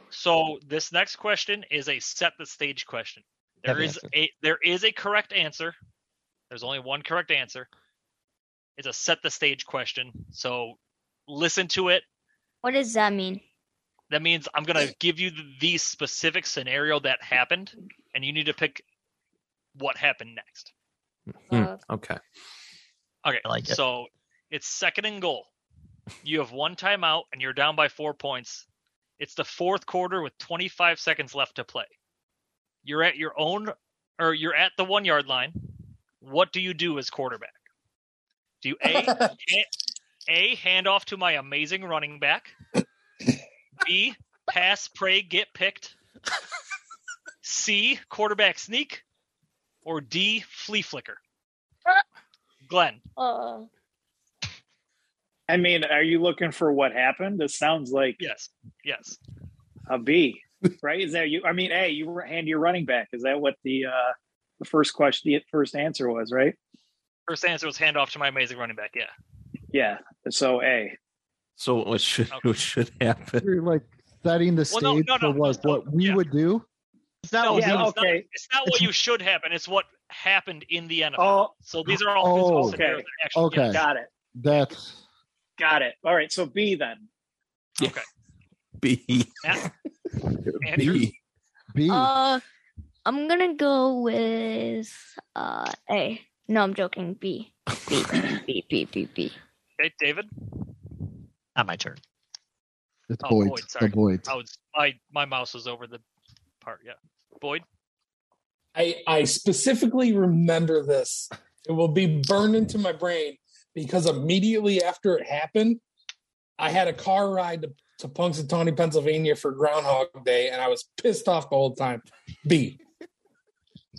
[SPEAKER 5] So this next question is a set the stage question. There
[SPEAKER 6] Heavy
[SPEAKER 5] is
[SPEAKER 6] answer.
[SPEAKER 5] a there is a correct answer. There's only one correct answer. It's a set the stage question. So listen to it.
[SPEAKER 4] What does that mean?
[SPEAKER 5] That means I'm going to give you the, the specific scenario that happened, and you need to pick what happened next.
[SPEAKER 2] Hmm.
[SPEAKER 4] Uh,
[SPEAKER 2] Okay.
[SPEAKER 5] Okay.
[SPEAKER 6] I like it.
[SPEAKER 5] So it's second and goal. You have one timeout and you're down by four points. It's the fourth quarter with 25 seconds left to play. You're at your own, or you're at the one yard line. What do you do as quarterback? Do you
[SPEAKER 1] [laughs]
[SPEAKER 5] A, A, hand off to my amazing running back? B, pass, pray, get picked? C, quarterback sneak? Or D, flea flicker? Glenn.
[SPEAKER 4] uh,
[SPEAKER 7] I mean, are you looking for what happened? This sounds like
[SPEAKER 5] Yes. Yes.
[SPEAKER 7] a
[SPEAKER 1] [laughs]
[SPEAKER 7] B, right? Is that you? I mean, A, you were hand your running back. Is that what the uh, the first question, the first answer was, right?
[SPEAKER 5] First answer was handoff to my amazing running back. Yeah.
[SPEAKER 7] Yeah. So A.
[SPEAKER 2] So what should
[SPEAKER 5] Okay.
[SPEAKER 2] what should happen? [laughs]
[SPEAKER 3] You're like setting the
[SPEAKER 5] Well,
[SPEAKER 3] stage
[SPEAKER 5] no, no, no,
[SPEAKER 3] for what,
[SPEAKER 5] no,
[SPEAKER 3] what we
[SPEAKER 5] yeah.
[SPEAKER 3] would do.
[SPEAKER 6] It's not
[SPEAKER 5] No,
[SPEAKER 6] what
[SPEAKER 5] it's
[SPEAKER 6] we
[SPEAKER 7] Yeah.
[SPEAKER 5] not-
[SPEAKER 6] would-
[SPEAKER 5] it's not-
[SPEAKER 7] Okay.
[SPEAKER 5] It's not what you should happen. It's what happened in the NFL.
[SPEAKER 7] Oh,
[SPEAKER 5] so these are all physical
[SPEAKER 3] oh,
[SPEAKER 5] scenarios.
[SPEAKER 7] okay,
[SPEAKER 5] that actually-
[SPEAKER 3] okay.
[SPEAKER 5] yes.
[SPEAKER 7] got it.
[SPEAKER 3] That's
[SPEAKER 7] Got it. All right. So B then.
[SPEAKER 5] Okay.
[SPEAKER 2] B.
[SPEAKER 5] Andrew,
[SPEAKER 2] B.
[SPEAKER 3] B.
[SPEAKER 4] uh, I'm gonna go with uh A. No, I'm joking. B. B. B. B. B. B.
[SPEAKER 5] okay, David.
[SPEAKER 6] not my turn.
[SPEAKER 3] it's
[SPEAKER 5] oh,
[SPEAKER 3] Boyd.
[SPEAKER 5] Boyd,
[SPEAKER 3] the
[SPEAKER 5] sorry.
[SPEAKER 3] Boyd.
[SPEAKER 5] I was my my mouse was over the part. Yeah. Boyd.
[SPEAKER 1] I, I specifically remember this. It will be burned into my brain because immediately after it happened, I had a car ride to, to Punxsutawney, Pennsylvania for Groundhog Day, and I was pissed off the whole time. B.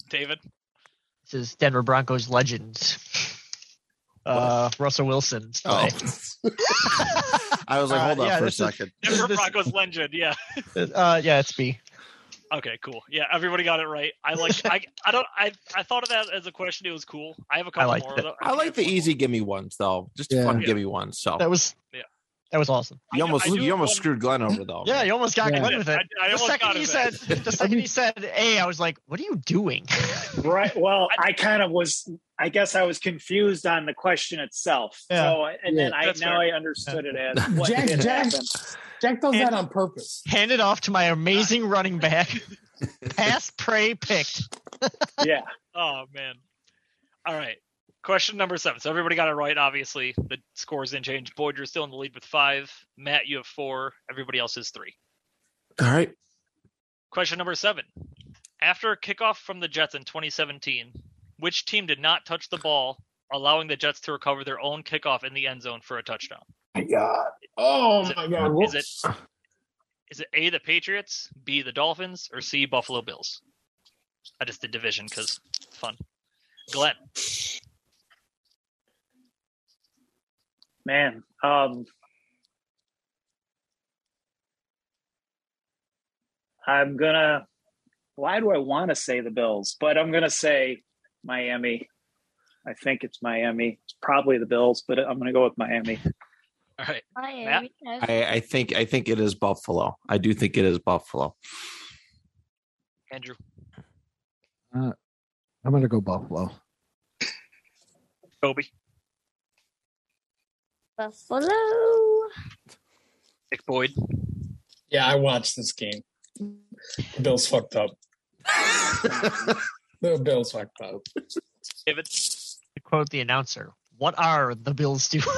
[SPEAKER 5] David.
[SPEAKER 6] This is Denver Broncos legend, uh, Russell Wilson.
[SPEAKER 2] Oh. I was like,
[SPEAKER 6] Uh,
[SPEAKER 2] hold up
[SPEAKER 6] yeah,
[SPEAKER 2] for a
[SPEAKER 6] this is-
[SPEAKER 2] second.
[SPEAKER 5] Denver
[SPEAKER 6] [laughs] This-
[SPEAKER 5] Broncos legend. Yeah.
[SPEAKER 6] [laughs] Uh, yeah, it's B.
[SPEAKER 5] Okay. Cool. Yeah. Everybody got it right. I like. I. I don't. I. I thought of that as a question. It was cool. I have a couple
[SPEAKER 6] liked
[SPEAKER 5] more.
[SPEAKER 6] it.
[SPEAKER 5] though.
[SPEAKER 2] I like the easy gimme ones though. Just
[SPEAKER 3] Yeah.
[SPEAKER 2] fun
[SPEAKER 5] Yeah.
[SPEAKER 2] gimme ones. So
[SPEAKER 6] That was
[SPEAKER 5] Oh. Yeah.
[SPEAKER 6] That was awesome.
[SPEAKER 5] I do-
[SPEAKER 2] you almost
[SPEAKER 5] I do
[SPEAKER 2] you almost
[SPEAKER 5] want-
[SPEAKER 2] screwed Glenn over though.
[SPEAKER 6] Yeah, you almost got
[SPEAKER 3] Yeah.
[SPEAKER 6] away with
[SPEAKER 5] I,
[SPEAKER 6] it.
[SPEAKER 5] I
[SPEAKER 6] the
[SPEAKER 5] almost
[SPEAKER 6] second
[SPEAKER 5] got
[SPEAKER 6] he
[SPEAKER 5] it.
[SPEAKER 6] said, the second he said A, I was like, "What are you doing?" [laughs]
[SPEAKER 7] Right. Well, I kind of was. I guess I was confused on the question itself.
[SPEAKER 6] Yeah.
[SPEAKER 7] So, and then I
[SPEAKER 5] That's
[SPEAKER 7] now
[SPEAKER 5] fair.
[SPEAKER 7] I understood it
[SPEAKER 1] [laughs]
[SPEAKER 7] as what
[SPEAKER 1] Jack-
[SPEAKER 7] did
[SPEAKER 1] Jack-
[SPEAKER 7] happen.
[SPEAKER 1] Jack does
[SPEAKER 6] And-
[SPEAKER 1] that on purpose.
[SPEAKER 6] Hand it off to
[SPEAKER 5] [laughs]
[SPEAKER 6] my amazing running back. Pass, pray, picked.
[SPEAKER 7] Yeah.
[SPEAKER 5] Oh man. All right. Question number seven. So everybody got it right, obviously. The scores didn't change. Boyd, you're still in the lead with five. Matt, you have four. Everybody else is three.
[SPEAKER 2] All right.
[SPEAKER 5] Question number seven. After a kickoff from the Jets in 2017, which team did not touch the ball, allowing the Jets to recover their own kickoff in the end zone for a touchdown?
[SPEAKER 1] My God. Oh,
[SPEAKER 5] Is it-
[SPEAKER 1] my God.
[SPEAKER 5] is it- Is it A, the Patriots, B, the Dolphins, or C, Buffalo Bills? I just did division because fun. Glenn,
[SPEAKER 7] man. Um, I'm gonna. Why do I want to say the Bills? But I'm gonna say Miami. I think it's Miami. It's probably the Bills, but I'm gonna go with
[SPEAKER 5] [laughs]
[SPEAKER 7] Miami.
[SPEAKER 5] all right.
[SPEAKER 4] Miami has
[SPEAKER 2] I, I think I think it is Buffalo. I do think it is Buffalo.
[SPEAKER 5] Andrew,
[SPEAKER 3] I'm gonna go Buffalo.
[SPEAKER 5] Toby,
[SPEAKER 4] Buffalo.
[SPEAKER 5] Dick Boyd,
[SPEAKER 1] Yeah, I watched this game. The Bills fucked up. The Bills fucked up.
[SPEAKER 5] David,
[SPEAKER 6] To quote the announcer, what are the Bills doing? [laughs]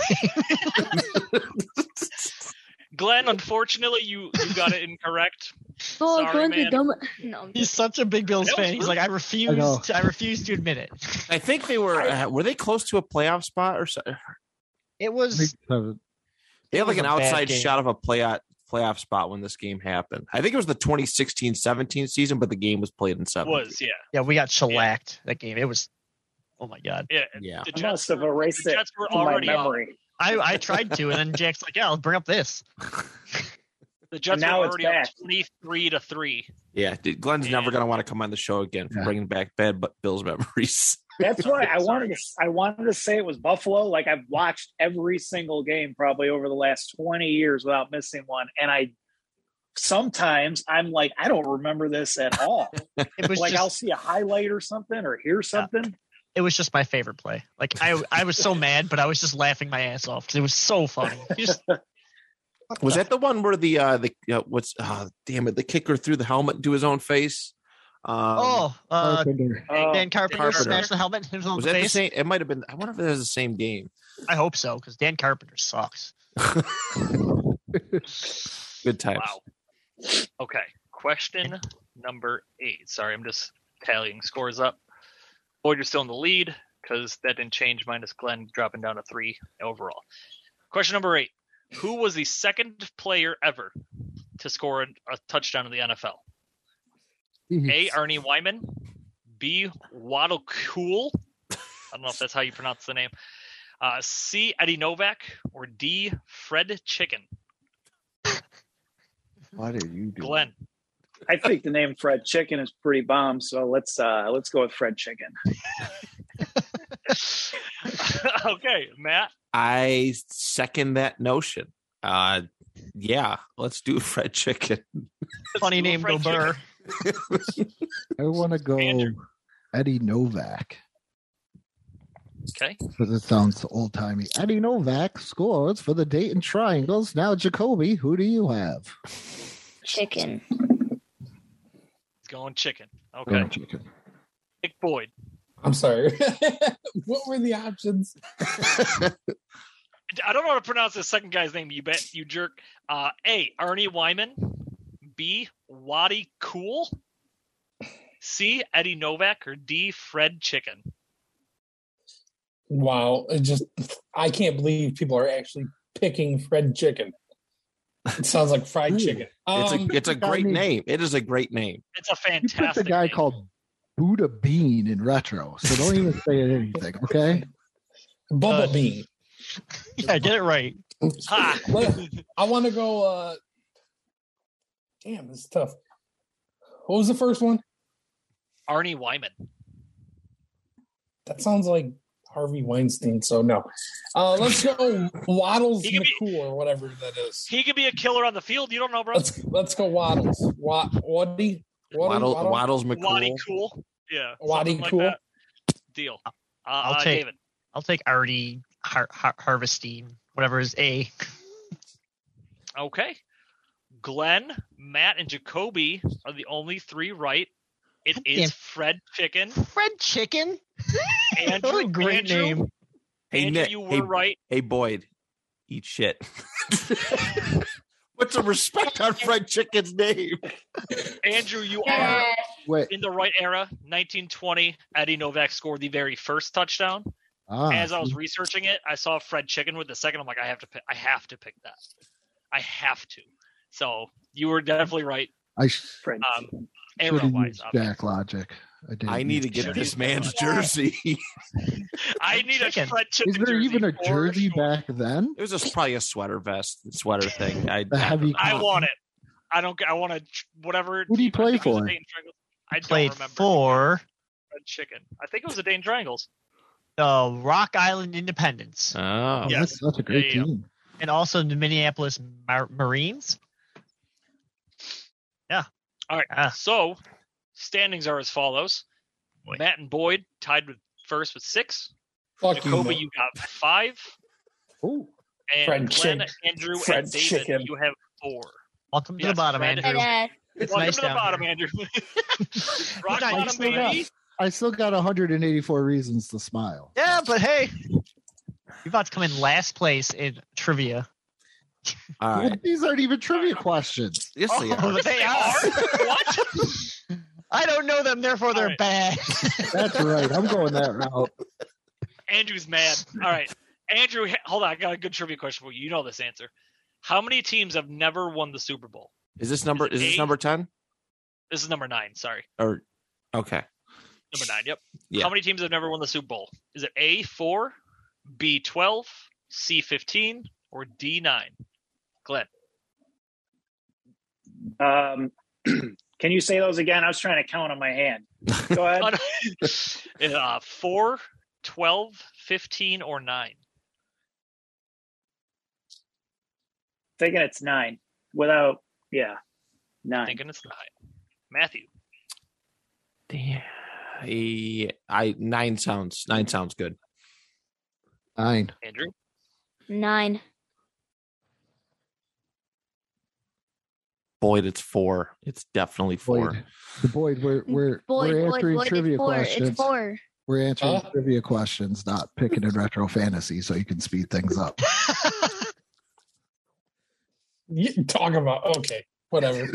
[SPEAKER 5] Glenn. Unfortunately, you you got it incorrect.
[SPEAKER 4] Oh,
[SPEAKER 5] Sorry,
[SPEAKER 4] going
[SPEAKER 5] man.
[SPEAKER 4] to dumb. No, I'm
[SPEAKER 6] He's such a big Bills
[SPEAKER 5] That was
[SPEAKER 6] fan. He's like, I refuse.
[SPEAKER 3] I know.
[SPEAKER 6] to, I refuse to admit it.
[SPEAKER 2] I think they were uh, were they close to a playoff spot or so?
[SPEAKER 6] It
[SPEAKER 3] I think
[SPEAKER 6] was
[SPEAKER 3] so.
[SPEAKER 2] They had like
[SPEAKER 6] It was
[SPEAKER 2] an
[SPEAKER 6] a bad
[SPEAKER 2] outside
[SPEAKER 6] game.
[SPEAKER 2] shot of a playoff playoff spot when this game happened. I think it was the 2016-17 season, but the game was played in seven.
[SPEAKER 5] Was yeah
[SPEAKER 6] yeah. We got shellacked that game. It was. Oh my god.
[SPEAKER 5] yeah.
[SPEAKER 2] yeah.
[SPEAKER 5] The
[SPEAKER 7] I
[SPEAKER 5] Jets,
[SPEAKER 7] must have
[SPEAKER 5] were,
[SPEAKER 7] erased
[SPEAKER 5] the
[SPEAKER 7] it
[SPEAKER 5] Jets were
[SPEAKER 7] from my
[SPEAKER 5] already up.
[SPEAKER 7] memory.
[SPEAKER 6] I I tried to, and then Jack's like, yeah, I'll bring up this.
[SPEAKER 5] The Jets
[SPEAKER 7] And now
[SPEAKER 5] were
[SPEAKER 7] it's
[SPEAKER 5] already up
[SPEAKER 7] back.
[SPEAKER 5] twenty three to three.
[SPEAKER 2] Yeah, dude, Glenn's never
[SPEAKER 5] Yeah.
[SPEAKER 2] gonna want to come on the show again for
[SPEAKER 3] Yeah.
[SPEAKER 2] bringing back bad but Bills memories.
[SPEAKER 7] That's why I
[SPEAKER 5] Sorry.
[SPEAKER 7] wanted to. I wanted to say it was Buffalo. Like I've watched every single game probably over the last twenty years without missing one, and I sometimes I'm like I don't remember this at all.
[SPEAKER 6] [laughs] It was
[SPEAKER 7] like
[SPEAKER 6] just,
[SPEAKER 7] I'll see a highlight or something or hear something.
[SPEAKER 6] it was just my favorite play. Like I I was so mad, but I was just laughing my ass off because it was so funny. You just-
[SPEAKER 2] [laughs] Was that the one where the uh the uh, what's uh damn it the kicker threw the helmet into his own face? Um,
[SPEAKER 6] oh, uh,
[SPEAKER 3] Carpenter.
[SPEAKER 7] Oh,
[SPEAKER 6] Dan Carpenter,
[SPEAKER 2] Carpenter.
[SPEAKER 6] smashed the helmet. Hit him in
[SPEAKER 2] was
[SPEAKER 6] the
[SPEAKER 2] that the
[SPEAKER 6] face.
[SPEAKER 2] same? It might have been. I wonder if it was the same game.
[SPEAKER 6] I hope so because Dan
[SPEAKER 2] [laughs]
[SPEAKER 6] Carpenter sucks.
[SPEAKER 2] Good times.
[SPEAKER 5] Wow. Okay. Question number eight. Sorry, I'm just tallying scores up. Boyd, you're still in the lead because that didn't change, minus Glenn dropping down to three overall. Question number eight Who was the second player ever to score a, a touchdown in the NFL? A. Ernie Wyman. B. Waddle Cool. I don't know if that's how you pronounce the name. Uh, C. Eddie Novak. Or D. Fred Chicken.
[SPEAKER 3] What are you doing?
[SPEAKER 5] Glenn. [laughs]
[SPEAKER 7] I think the name Fred Chicken is pretty bomb. So let's uh let's go with Fred Chicken.
[SPEAKER 5] okay, Matt.
[SPEAKER 2] I second that notion. Uh, yeah, let's do [laughs] fried chicken.
[SPEAKER 6] Funny
[SPEAKER 5] Who
[SPEAKER 6] name,
[SPEAKER 5] Fred
[SPEAKER 6] Gobert.
[SPEAKER 5] Chicken?
[SPEAKER 3] I want to go
[SPEAKER 5] Andrew.
[SPEAKER 3] Eddie Novak
[SPEAKER 5] Okay.
[SPEAKER 3] because it sounds old timey. Eddie Novak scores for the Dayton Triangles. Now, Jacoby, who do you have?
[SPEAKER 4] chicken.
[SPEAKER 5] He's going chicken. Okay.
[SPEAKER 3] Going chicken.
[SPEAKER 5] Nick Boyd.
[SPEAKER 1] I'm sorry. [laughs] what were the options?
[SPEAKER 5] I don't know how to pronounce the second guy's name, you bet you jerk. Uh A. Ernie Wyman. B. Waddy Cool. C. Eddie Novak or D. Fred Chicken.
[SPEAKER 1] Wow, it just I can't believe people are actually picking Fred Chicken. It sounds like fried
[SPEAKER 3] Ooh,
[SPEAKER 1] chicken.
[SPEAKER 2] It's
[SPEAKER 1] Um,
[SPEAKER 2] a it's a
[SPEAKER 3] got
[SPEAKER 2] great
[SPEAKER 3] me.
[SPEAKER 2] name. It is a great name.
[SPEAKER 5] It's a
[SPEAKER 3] You put the
[SPEAKER 5] fantastic
[SPEAKER 3] guy
[SPEAKER 5] name.
[SPEAKER 3] called Buddha Bean in retro, so don't
[SPEAKER 5] [laughs]
[SPEAKER 3] even say anything, okay?
[SPEAKER 1] Bubble
[SPEAKER 6] Uh,
[SPEAKER 1] bean.
[SPEAKER 6] Yeah, get it right.
[SPEAKER 5] Ha!
[SPEAKER 1] Let- I want to go. uh Damn, this is tough. What was the first one?
[SPEAKER 5] Arnie Wyman.
[SPEAKER 1] That sounds like Harvey Weinstein. So no. Uh Let's go Waddles
[SPEAKER 5] He could be-
[SPEAKER 1] McCool or whatever that is.
[SPEAKER 5] He could be a killer on the field. You don't know, bro.
[SPEAKER 1] Let's let's go Waddles. Wa- Waddy.
[SPEAKER 2] Waddle, Waddles
[SPEAKER 5] Waddy
[SPEAKER 2] McCool.
[SPEAKER 5] Cool. Yeah.
[SPEAKER 1] Waddy
[SPEAKER 5] something like
[SPEAKER 1] Cool.
[SPEAKER 5] that. Deal. Uh,
[SPEAKER 6] I'll
[SPEAKER 5] uh,
[SPEAKER 6] take-
[SPEAKER 5] David.
[SPEAKER 6] I'll take Artie Har- Har- Harvesting, whatever is A.
[SPEAKER 5] Okay. Glenn, Matt, and Jacoby are the only three right. It is
[SPEAKER 6] Damn.
[SPEAKER 5] Fred Chicken.
[SPEAKER 6] Fred Chicken.
[SPEAKER 5] Andrew,
[SPEAKER 6] what a great
[SPEAKER 5] Andrew,
[SPEAKER 6] name.
[SPEAKER 2] Hey
[SPEAKER 5] Andrew,
[SPEAKER 2] Nick.
[SPEAKER 5] you were
[SPEAKER 2] Hey,
[SPEAKER 5] right.
[SPEAKER 2] hey Boyd. Eat shit. [laughs] Put some respect on fried chicken's [laughs] name.
[SPEAKER 5] Andrew, you are
[SPEAKER 4] Yes.
[SPEAKER 3] Wait.
[SPEAKER 5] in the right era. 1920, Eddie Novak scored the very first touchdown.
[SPEAKER 3] Ah,
[SPEAKER 5] As I was researching it, I saw Fred Chicken with the second. I'm like, I have to pick. I have to pick that. I have to. So you were definitely right,
[SPEAKER 3] Ah, I sh-
[SPEAKER 7] Fred
[SPEAKER 5] Um,
[SPEAKER 7] Chicken.
[SPEAKER 5] era
[SPEAKER 3] should have
[SPEAKER 5] wise.
[SPEAKER 3] used Jack Logic. I, didn't
[SPEAKER 2] I need to get
[SPEAKER 5] Sure.
[SPEAKER 2] this man's jersey. [laughs] it
[SPEAKER 5] I need a
[SPEAKER 6] Chicken.
[SPEAKER 5] Fred
[SPEAKER 3] Is
[SPEAKER 5] Chicken
[SPEAKER 3] there
[SPEAKER 5] jersey
[SPEAKER 3] even a
[SPEAKER 5] for
[SPEAKER 3] jersey
[SPEAKER 5] sure.
[SPEAKER 3] back then?
[SPEAKER 2] was just probably a sweater vest, sweater thing. I,
[SPEAKER 3] The heavy.
[SPEAKER 5] I
[SPEAKER 3] cotton.
[SPEAKER 5] want it. I don't. ca- I want to. Whatever.
[SPEAKER 3] Who do you
[SPEAKER 5] team-
[SPEAKER 3] play
[SPEAKER 5] I think it was
[SPEAKER 3] for?
[SPEAKER 5] a Dayton Triangles. I don't
[SPEAKER 6] Played
[SPEAKER 5] remember.
[SPEAKER 6] for
[SPEAKER 5] Fred Chicken. I think it was the Dane Triangles.
[SPEAKER 6] the Rock Island Independence
[SPEAKER 2] oh,
[SPEAKER 3] Oh,
[SPEAKER 5] Yeah.
[SPEAKER 3] that's, that's a great
[SPEAKER 5] Yeah, yeah.
[SPEAKER 3] team.
[SPEAKER 6] and also the Minneapolis Mar- Marines. Yeah.
[SPEAKER 5] All right.
[SPEAKER 6] Ah,
[SPEAKER 5] So, standings are as follows:
[SPEAKER 6] Boy.
[SPEAKER 5] Matt and Boyd tied with first with six.
[SPEAKER 1] Fuck you,
[SPEAKER 5] Jacoba,
[SPEAKER 1] Matt.
[SPEAKER 5] you got five,
[SPEAKER 3] Oh,
[SPEAKER 5] and
[SPEAKER 1] Fred
[SPEAKER 5] Glenn,
[SPEAKER 1] Chick-
[SPEAKER 5] Andrew,
[SPEAKER 1] Fred
[SPEAKER 5] and David,
[SPEAKER 1] Chicken.
[SPEAKER 5] you have four.
[SPEAKER 6] welcome to
[SPEAKER 5] Yes,
[SPEAKER 6] the bottom,
[SPEAKER 5] Brandon.
[SPEAKER 6] Andrew.
[SPEAKER 4] Badass.
[SPEAKER 6] It's
[SPEAKER 5] Welcome
[SPEAKER 6] nice
[SPEAKER 5] to the
[SPEAKER 6] down
[SPEAKER 5] bottom,
[SPEAKER 6] here.
[SPEAKER 5] Andrew. Rock
[SPEAKER 6] nice
[SPEAKER 5] bottom,
[SPEAKER 6] down
[SPEAKER 5] baby.
[SPEAKER 3] I still got 184 reasons to smile.
[SPEAKER 6] Yeah, but hey, you're about to come in last place in trivia.
[SPEAKER 2] all
[SPEAKER 3] Well,
[SPEAKER 2] right.
[SPEAKER 3] these aren't even trivia questions.
[SPEAKER 2] Yes, [laughs] they
[SPEAKER 6] [laughs]
[SPEAKER 2] are.
[SPEAKER 6] Oh, they are. [laughs]
[SPEAKER 5] what?
[SPEAKER 6] I don't know them, therefore they're
[SPEAKER 5] All right.
[SPEAKER 6] bad.
[SPEAKER 3] That's right. I'm going that route.
[SPEAKER 5] Andrew's mad. All right, Andrew, h- hold on. I got a good trivia question for you. You know this answer. How many teams have never won the Super Bowl?
[SPEAKER 2] Is this number?
[SPEAKER 5] Is it
[SPEAKER 2] Is this
[SPEAKER 5] eight?
[SPEAKER 2] number ten?
[SPEAKER 5] This is number nine. Sorry,
[SPEAKER 2] Or okay,
[SPEAKER 5] number nine. Yep.
[SPEAKER 2] Yeah.
[SPEAKER 5] How many teams have never won the Super Bowl? Is it A four, B twelve, C fifteen, or D nine?
[SPEAKER 1] [laughs]
[SPEAKER 5] Glenn, [laughs]
[SPEAKER 7] Um, [clears throat] can you say those again? I was trying to count on
[SPEAKER 6] [laughs]
[SPEAKER 7] my hand. Go ahead.
[SPEAKER 5] Oh, no. uh, four, 12, 15, or nine.
[SPEAKER 7] Thinking it's nine without, yeah, nine.
[SPEAKER 5] Thinking it's nine. Matthew,
[SPEAKER 2] damn. I, I nine sounds nine sounds good.
[SPEAKER 3] Nine.
[SPEAKER 5] Andrew,
[SPEAKER 4] Nine.
[SPEAKER 2] Boyd, it's four. It's definitely four.
[SPEAKER 3] Boyd. The Boyd, we're we're,
[SPEAKER 4] Boy,
[SPEAKER 3] we're
[SPEAKER 4] boy,
[SPEAKER 3] answering
[SPEAKER 4] boy,
[SPEAKER 3] trivia
[SPEAKER 4] it's four.
[SPEAKER 3] questions.
[SPEAKER 4] It's four.
[SPEAKER 3] We're answering
[SPEAKER 1] Huh?
[SPEAKER 3] trivia questions, not picking in retro fantasy, so you can speed things up.
[SPEAKER 1] You talk about okay,
[SPEAKER 6] [laughs]
[SPEAKER 1] whatever.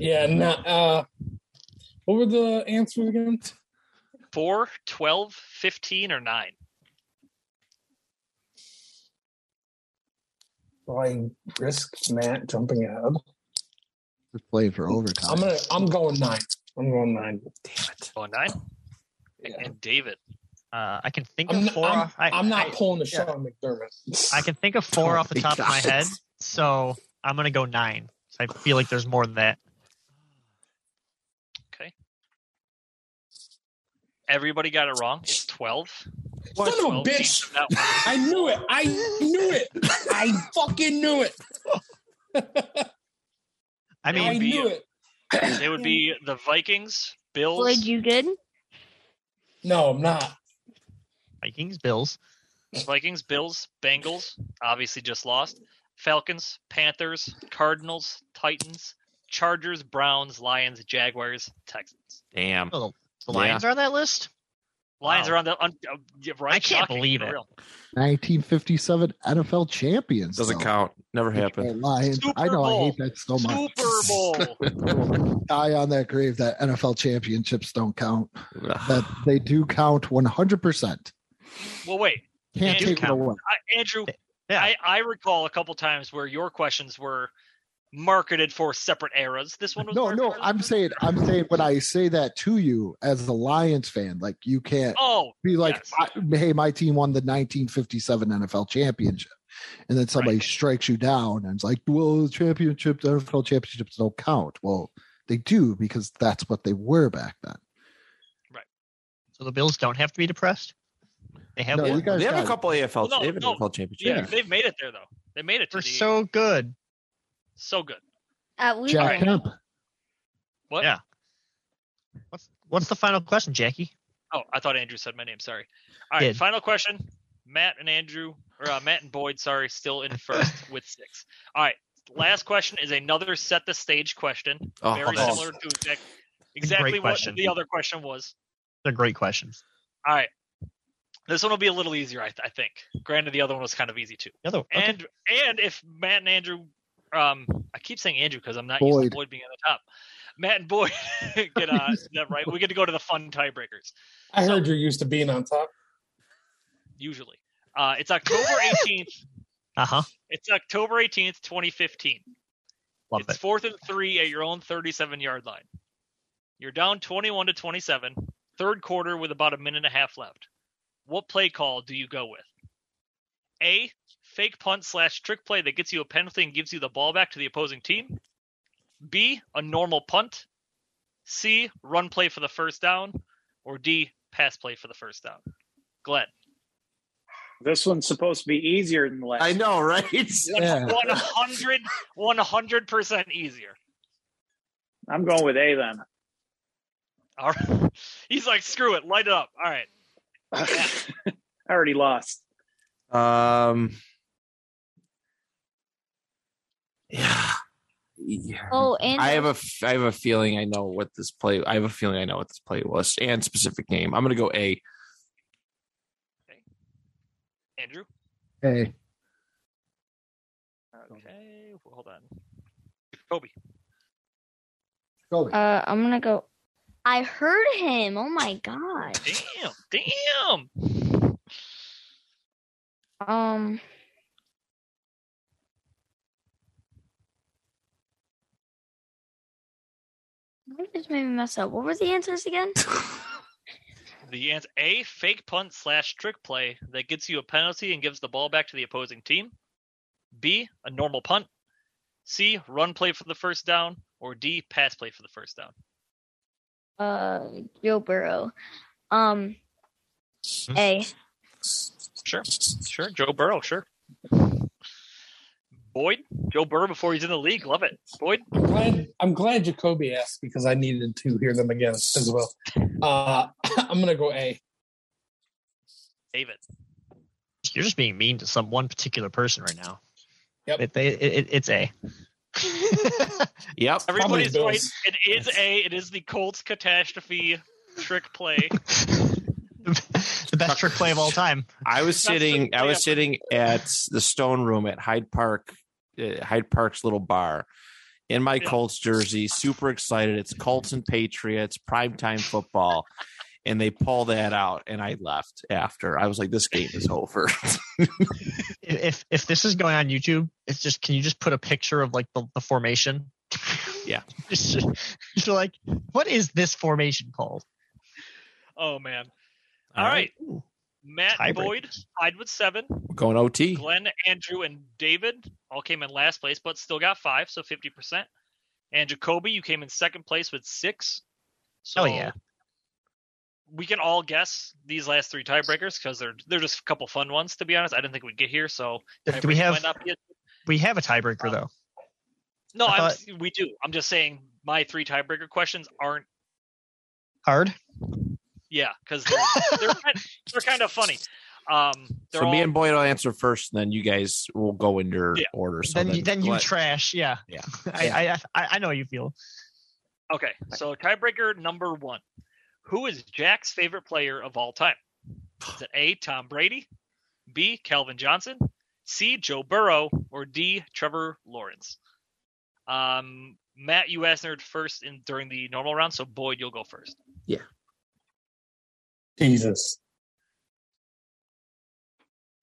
[SPEAKER 1] yeah, not uh what were the answers again?
[SPEAKER 5] four, 12, 15, or nine.
[SPEAKER 1] Do I risk Matt jumping ahead.
[SPEAKER 3] We're playing for overtime.
[SPEAKER 1] I'm gonna I'm going nine. I'm going nine.
[SPEAKER 5] Oh, nine.
[SPEAKER 1] Yeah.
[SPEAKER 5] And David.
[SPEAKER 6] Uh, I can think
[SPEAKER 1] I'm
[SPEAKER 6] of
[SPEAKER 1] not,
[SPEAKER 6] 4
[SPEAKER 1] I'm,
[SPEAKER 6] I,
[SPEAKER 1] I'm not
[SPEAKER 6] I,
[SPEAKER 1] pulling the
[SPEAKER 6] yeah.
[SPEAKER 1] Sean McDermott.
[SPEAKER 6] I can think of four off the
[SPEAKER 2] Oh my
[SPEAKER 6] top of my
[SPEAKER 2] God.
[SPEAKER 6] head, so I'm gonna go nine. I feel like there's more than that.
[SPEAKER 5] Everybody got it wrong. It's 12.
[SPEAKER 1] Son of a
[SPEAKER 5] 12
[SPEAKER 1] bitch!
[SPEAKER 5] teams not won.
[SPEAKER 1] I knew it. I knew it. I fucking knew it.
[SPEAKER 6] I mean,
[SPEAKER 1] I
[SPEAKER 5] be
[SPEAKER 1] knew
[SPEAKER 5] a-
[SPEAKER 1] it.
[SPEAKER 5] It would be the Vikings, Bills.
[SPEAKER 4] Boyd, you good?
[SPEAKER 1] No, I'm not.
[SPEAKER 6] Vikings, Bills.
[SPEAKER 5] Vikings, Bills, Bengals, obviously just lost. Falcons, Panthers, Cardinals, Titans, Chargers, Browns, Lions, Jaguars, Texans.
[SPEAKER 2] Damn.
[SPEAKER 6] Oh, the
[SPEAKER 2] Yeah.
[SPEAKER 6] Lions are on that list.
[SPEAKER 5] Lions
[SPEAKER 6] Wow.
[SPEAKER 5] are on the. Un, uh, yeah, right,
[SPEAKER 6] I can't
[SPEAKER 5] shocking,
[SPEAKER 6] believe
[SPEAKER 5] for
[SPEAKER 6] it.
[SPEAKER 5] real.
[SPEAKER 3] 1957 NFL champions.
[SPEAKER 2] Doesn't
[SPEAKER 3] though.
[SPEAKER 2] count. Never happened.
[SPEAKER 3] Detroit Lions.
[SPEAKER 5] Super
[SPEAKER 3] I know I
[SPEAKER 5] Bowl.
[SPEAKER 3] hate that
[SPEAKER 6] Oh,
[SPEAKER 3] so much.
[SPEAKER 5] Super
[SPEAKER 6] [laughs]
[SPEAKER 5] Bowl.
[SPEAKER 3] [laughs] Die on that grave that NFL championships don't count. That
[SPEAKER 2] Ugh.
[SPEAKER 3] they do count 100. percent
[SPEAKER 5] well, wait,
[SPEAKER 3] Can't
[SPEAKER 5] They do
[SPEAKER 3] take it
[SPEAKER 6] count.
[SPEAKER 3] away.
[SPEAKER 5] I, Andrew.
[SPEAKER 6] Yeah.
[SPEAKER 5] I, I recall a couple times where your questions were marketed for separate eras. This one was
[SPEAKER 3] No,
[SPEAKER 5] marketed
[SPEAKER 3] no.
[SPEAKER 5] for-
[SPEAKER 3] I'm saying, I'm saying when I say that to you as a Lions fan, like you can't
[SPEAKER 5] Oh,
[SPEAKER 3] be like,
[SPEAKER 5] Yes.
[SPEAKER 3] I- hey, my team won the 1957 NFL championship. And then somebody
[SPEAKER 5] Right.
[SPEAKER 3] strikes you down and it's like, well, the championships, NFL championships don't count. Well, they do because that's what they were back then.
[SPEAKER 6] So the Bills don't have to be depressed. They have
[SPEAKER 3] No,
[SPEAKER 6] one.
[SPEAKER 3] oh, you guys
[SPEAKER 2] they have
[SPEAKER 3] got
[SPEAKER 2] a
[SPEAKER 3] it.
[SPEAKER 2] couple AFL.
[SPEAKER 5] Well, no,
[SPEAKER 2] they have an
[SPEAKER 5] no.
[SPEAKER 2] AFL championship.
[SPEAKER 5] yeah, they've made it there though. They made it to
[SPEAKER 6] They're
[SPEAKER 5] the
[SPEAKER 6] so good.
[SPEAKER 5] so good.
[SPEAKER 4] At least.
[SPEAKER 3] Jack Kemp.
[SPEAKER 5] What?
[SPEAKER 6] Yeah. What's what's the final question, Jackie?
[SPEAKER 5] Oh, I thought Andrew said my name. Sorry. All right,
[SPEAKER 6] Did.
[SPEAKER 5] final question. Matt and Andrew, or uh, Matt and Boyd, sorry, still
[SPEAKER 6] [laughs]
[SPEAKER 5] in first with six. All right, last question is another set the stage question,
[SPEAKER 2] Oh,
[SPEAKER 5] very
[SPEAKER 2] that's-
[SPEAKER 5] similar to exact, exactly what
[SPEAKER 6] question.
[SPEAKER 5] the other question was.
[SPEAKER 6] They're great questions.
[SPEAKER 5] All right, this one will be a little easier, I, th- I think. Granted, the other one was kind of easy too.
[SPEAKER 6] The other okay.
[SPEAKER 5] And and if Matt and Andrew, um, I keep saying Andrew because I'm not used
[SPEAKER 3] Boyd.
[SPEAKER 5] to Boyd being on the top. Matt and Boyd [laughs] get uh, that right. We get to go to the fun tiebreakers.
[SPEAKER 1] I heard you're used to being on top.
[SPEAKER 5] usually. Uh, it's October
[SPEAKER 6] [laughs]
[SPEAKER 5] 18th.
[SPEAKER 6] Uh huh.
[SPEAKER 5] It's October 18th, 2015.
[SPEAKER 6] Love
[SPEAKER 5] it's
[SPEAKER 6] it.
[SPEAKER 5] fourth and three at your own 37 yard line. You're down 21 to 27, third quarter with about a minute and a half left. What play call do you go with? A, fake punt slash trick play that gets you a penalty and gives you the ball back to the opposing team. B, a normal punt. C, run play for the first down. Or D, pass play for the first down.
[SPEAKER 6] [laughs]
[SPEAKER 5] Glenn.
[SPEAKER 7] This one's supposed to be easier than the last.
[SPEAKER 2] I know, [laughs] right?
[SPEAKER 3] Yeah.
[SPEAKER 5] 100, 100% easier.
[SPEAKER 7] I'm going with A then.
[SPEAKER 5] All right. [laughs] He's like, screw it, light it up. All right.
[SPEAKER 7] [laughs] I already lost.
[SPEAKER 2] Um. Yeah. Yeah.
[SPEAKER 4] Oh, and
[SPEAKER 2] I have a f- I have a feeling I know what this play. I have a feeling I know what this play was and specific name. I'm gonna go A.
[SPEAKER 5] Andrew?
[SPEAKER 3] Hey,
[SPEAKER 5] Okay. well, Hold on. Kobe.
[SPEAKER 3] Kobe.
[SPEAKER 8] Uh, I'm gonna go.
[SPEAKER 4] I heard him. Oh my god.
[SPEAKER 5] Damn. Damn.
[SPEAKER 8] Um.
[SPEAKER 4] What just made me mess up? What were the answers again?
[SPEAKER 5] The answer A fake punt slash trick play that gets you a penalty and gives the ball back to the opposing team. B a normal punt. C run play for the first down. Or D pass play for the first down.
[SPEAKER 4] Uh, Joe Burrow. Um, A.
[SPEAKER 5] Sure, sure, Joe Burrow, sure. Boyd, Joe Burrow before he's in the league, love it. Boyd,
[SPEAKER 1] I'm glad, I'm glad Jacoby asked because I needed to hear them again as well. Uh, [laughs] I'm gonna go A.
[SPEAKER 5] David,
[SPEAKER 6] You're just being mean to some one particular person right now.
[SPEAKER 1] Yep.
[SPEAKER 6] It, they- it- it- it's a.
[SPEAKER 2] Yep.
[SPEAKER 1] Probably
[SPEAKER 5] everybody's
[SPEAKER 1] Bills.
[SPEAKER 5] right. It is a. It is the Colts catastrophe trick
[SPEAKER 6] [laughs]
[SPEAKER 5] play.
[SPEAKER 6] the best trick play of all time.
[SPEAKER 2] I was
[SPEAKER 5] That's
[SPEAKER 2] sitting.
[SPEAKER 5] the-
[SPEAKER 2] I
[SPEAKER 5] yeah.
[SPEAKER 2] was sitting at the Stone Room at Hyde Park, uh, Hyde Park's little bar, in my
[SPEAKER 5] Yeah.
[SPEAKER 2] Colts jersey, super excited. It's Colts and Patriots, primetime football, and they pull that out, and I left after. I was like, "This game is over." [laughs]
[SPEAKER 6] If if this is going on YouTube, it's just can you just put a picture of like the, the formation?
[SPEAKER 2] Yeah.
[SPEAKER 6] [laughs] It's just, you're like, what is this formation called?
[SPEAKER 5] Oh man. All right,
[SPEAKER 6] Ooh,
[SPEAKER 5] Matt
[SPEAKER 6] tiebreaker.
[SPEAKER 5] Boyd tied with seven.
[SPEAKER 2] We're going OT.
[SPEAKER 5] Glenn, Andrew, and David all came in last place, but still got five, so fifty percent. And Jacoby, you came in second place with six. So
[SPEAKER 6] Oh, yeah.
[SPEAKER 5] we can all guess these last three tiebreakers because they're they're just a couple fun ones. To be honest, I didn't think we'd get here, so
[SPEAKER 6] Do we
[SPEAKER 5] tiebreakers
[SPEAKER 6] have
[SPEAKER 5] might not be a-
[SPEAKER 6] we have a tiebreaker though?
[SPEAKER 5] no,
[SPEAKER 6] I
[SPEAKER 5] I'm, we do. I'm just saying my three tiebreaker questions aren't
[SPEAKER 6] Hard.
[SPEAKER 5] yeah because they're they're, kind, they're kind of funny. Um, they're
[SPEAKER 2] So me
[SPEAKER 5] all-
[SPEAKER 2] and Boyd will answer first, and then you guys will go in your
[SPEAKER 5] Yeah.
[SPEAKER 2] order. So
[SPEAKER 6] then you, then you
[SPEAKER 2] Glenn-
[SPEAKER 6] trash. Yeah.
[SPEAKER 2] Yeah.
[SPEAKER 6] [laughs] I, I I I know how you feel.
[SPEAKER 5] Okay, so tiebreaker number one. Who is Jack's favorite player of all time? Is it A, Tom Brady? B, Calvin Johnson? C, Joe Burrow? Or D, Trevor Lawrence? Um, Matt, you answered first in during the normal round, so Boyd, you'll go first.
[SPEAKER 1] Jesus.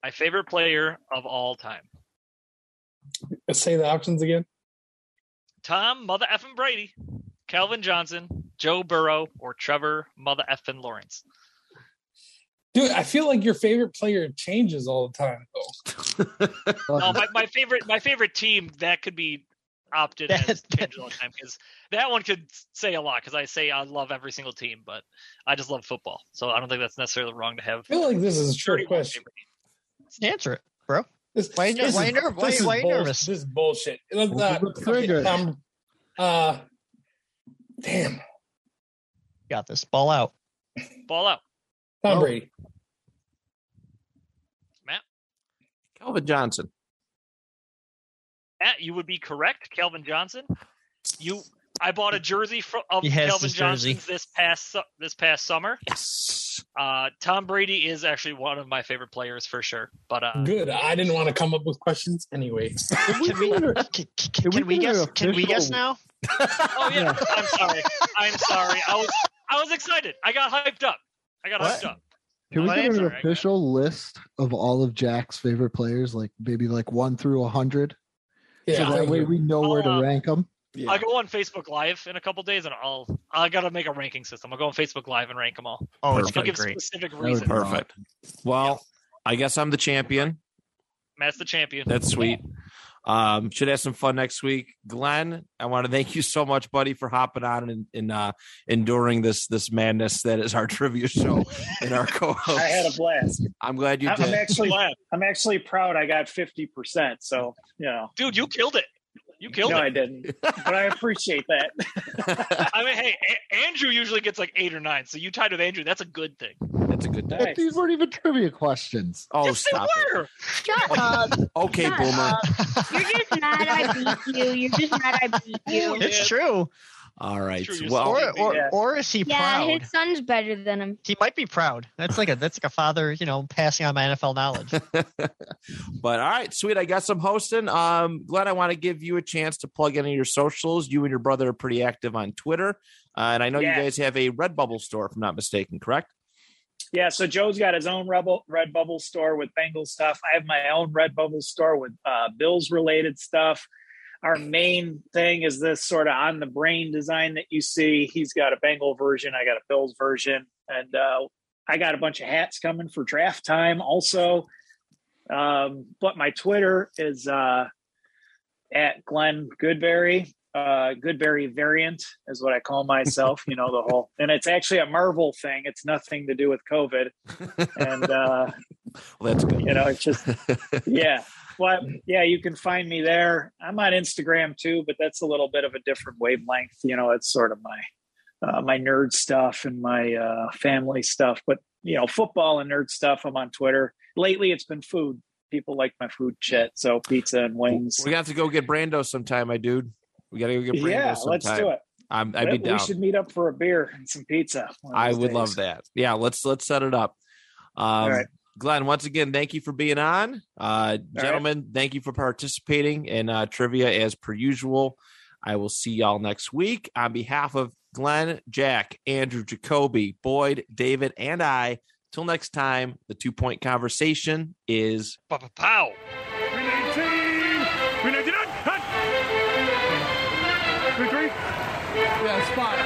[SPEAKER 5] My favorite player of all time.
[SPEAKER 1] Say the options again.
[SPEAKER 5] Tom, mother effing Brady, Calvin Johnson, Joe Burrow, or Trevor, mother effing Lawrence.
[SPEAKER 1] Dude, I feel like your favorite player changes all the time. Though.
[SPEAKER 5] No, my, my favorite my favorite team that could be opted as
[SPEAKER 6] That's-
[SPEAKER 5] change all the time because that one could say a lot because I say I love every single team, but I just love football, so I don't think that's necessarily wrong to have.
[SPEAKER 1] I feel like this is a trick
[SPEAKER 5] 31
[SPEAKER 1] question.
[SPEAKER 5] favorite team.
[SPEAKER 6] Answer it, bro.
[SPEAKER 1] This,
[SPEAKER 6] Why you ner-
[SPEAKER 1] this
[SPEAKER 6] why
[SPEAKER 1] is-
[SPEAKER 6] you ner- why-
[SPEAKER 1] this is
[SPEAKER 6] why you
[SPEAKER 1] bull-
[SPEAKER 6] nervous?
[SPEAKER 1] This is bullshit. Let's not-
[SPEAKER 3] Pull the trigger.
[SPEAKER 1] okay, um, uh, damn,
[SPEAKER 6] Got this. Ball out.
[SPEAKER 5] Ball out.
[SPEAKER 1] Tom
[SPEAKER 3] Oh.
[SPEAKER 1] Brady.
[SPEAKER 2] Calvin Johnson.
[SPEAKER 5] Matt, you would be correct, Calvin Johnson. You, I bought a jersey fro- of
[SPEAKER 6] He has
[SPEAKER 5] Calvin
[SPEAKER 6] this jersey.
[SPEAKER 5] Johnson's this past su- this past summer.
[SPEAKER 2] Yes.
[SPEAKER 5] Uh, Tom Brady is actually one of my favorite players for sure, but uh,
[SPEAKER 1] Good. I didn't want to come up with questions anyway.
[SPEAKER 6] Can we, [laughs] can, can,
[SPEAKER 3] we
[SPEAKER 6] can we
[SPEAKER 3] get
[SPEAKER 6] guess?
[SPEAKER 3] an
[SPEAKER 6] Can we guess
[SPEAKER 3] official-
[SPEAKER 6] now?
[SPEAKER 5] Oh yeah, I'm sorry. I'm sorry. I was I was excited. I got hyped up. I got
[SPEAKER 6] What?
[SPEAKER 5] hyped up.
[SPEAKER 3] Can we
[SPEAKER 5] My
[SPEAKER 3] get an
[SPEAKER 5] answer, I guess.
[SPEAKER 3] official list of all of Jack's favorite players, like maybe like one through a hundred,
[SPEAKER 1] Yeah,
[SPEAKER 3] so that way we know where
[SPEAKER 5] I'll,
[SPEAKER 3] to
[SPEAKER 5] uh,
[SPEAKER 3] rank them?
[SPEAKER 2] Yeah.
[SPEAKER 5] I'll go on Facebook Live in a couple days, and I'll I gotta make a ranking system. I'll go on Facebook Live and rank them all.
[SPEAKER 6] Oh,
[SPEAKER 2] Perfect.
[SPEAKER 6] it's
[SPEAKER 5] I'll
[SPEAKER 6] gonna be
[SPEAKER 5] give
[SPEAKER 6] great.
[SPEAKER 5] specific
[SPEAKER 3] would be
[SPEAKER 5] reasons.
[SPEAKER 3] perfect.
[SPEAKER 2] Perfect. Well, I guess I'm the champion.
[SPEAKER 5] Matt's the champion.
[SPEAKER 2] That's sweet. Um, should have some fun next week. Glenn, I want to thank you so much, buddy, for hopping on and, and uh, enduring this this madness that is our [laughs] trivia show and our co-host.
[SPEAKER 7] [laughs] I had a blast.
[SPEAKER 2] I'm glad Oh. you
[SPEAKER 7] I- I'm
[SPEAKER 2] did.
[SPEAKER 7] actually,
[SPEAKER 5] Glad.
[SPEAKER 7] I'm actually proud. I got fifty percent. So you know,
[SPEAKER 5] Dude, you killed it. You killed
[SPEAKER 7] no,
[SPEAKER 5] it.
[SPEAKER 7] I didn't, but I appreciate that.
[SPEAKER 5] I mean, hey, a- Andrew usually gets like eight or nine, so you tied with Andrew. That's a good thing.
[SPEAKER 2] That's a good day.
[SPEAKER 7] Nice.
[SPEAKER 3] These weren't even trivia questions.
[SPEAKER 2] Oh,
[SPEAKER 5] yes, they
[SPEAKER 2] stop it.
[SPEAKER 5] were.
[SPEAKER 4] Shut
[SPEAKER 6] [laughs]
[SPEAKER 4] up.
[SPEAKER 2] Okay,
[SPEAKER 4] Shut
[SPEAKER 2] boomer.
[SPEAKER 4] up. You're just mad I beat you. You're just mad I beat
[SPEAKER 6] [laughs]
[SPEAKER 4] you.
[SPEAKER 5] Yeah.
[SPEAKER 6] It's true.
[SPEAKER 2] All right.
[SPEAKER 5] True, you're
[SPEAKER 2] well,
[SPEAKER 5] sorry.
[SPEAKER 6] Or or,
[SPEAKER 7] Yeah.
[SPEAKER 6] or is he
[SPEAKER 4] Yeah,
[SPEAKER 6] proud?
[SPEAKER 4] his son's better than him.
[SPEAKER 6] He might be proud. That's like a that's like a father, you know, passing on my NFL knowledge.
[SPEAKER 2] but all right, sweet. I got some hosting. Um, Glenn, I want to give you a chance to plug into your socials. You and your brother are pretty active on Twitter, uh, and I know
[SPEAKER 7] Yeah.
[SPEAKER 2] you guys have a Redbubble store, if I'm not mistaken. Correct? [laughs]
[SPEAKER 7] Yeah, so Joe's got his own Rebel Red Bubble store with Bengal stuff. I have my own Red Bubble store with uh, Bills related stuff. Our main thing is this sort of on the brain design that you see. He's got a Bengal version, I got a Bills version, and uh, I got a bunch of hats coming for draft time also. Um, but my Twitter is uh, at Glenn Goodberry. Uh, Goodberry variant is what I call myself. You know the whole, and it's actually a Marvel thing. It's nothing to do with COVID, and uh,
[SPEAKER 2] Well, that's good.
[SPEAKER 7] you know it's just
[SPEAKER 2] [laughs]
[SPEAKER 7] yeah. Well, yeah, you can find me there. I'm on Instagram too, but that's a little bit of a different wavelength. You know, it's sort of my uh, my nerd stuff and my uh, family stuff, but you know, football and nerd stuff. I'm on Twitter. Lately, it's been food. People like my food shit, so pizza and wings.
[SPEAKER 2] We have to go get Brando sometime, my dude. We got to go get Brando
[SPEAKER 7] Yeah,
[SPEAKER 2] sometime.
[SPEAKER 7] let's do it.
[SPEAKER 2] I'm, I'd be
[SPEAKER 7] we
[SPEAKER 2] down.
[SPEAKER 7] should meet up for a beer and some pizza. one of
[SPEAKER 2] I
[SPEAKER 7] these
[SPEAKER 2] would
[SPEAKER 7] days.
[SPEAKER 2] love that. Yeah, let's let's set it up. Um,
[SPEAKER 7] right.
[SPEAKER 2] Glenn, once again, thank you for being on, uh,
[SPEAKER 7] right.
[SPEAKER 2] gentlemen. Thank you for participating in uh, trivia as per usual. I will see y'all next week. On behalf of Glenn, Jack, Andrew, Jacoby, Boyd, David, and I. Till next time, the two point conversation is
[SPEAKER 5] Pow.
[SPEAKER 1] Yeah, spot.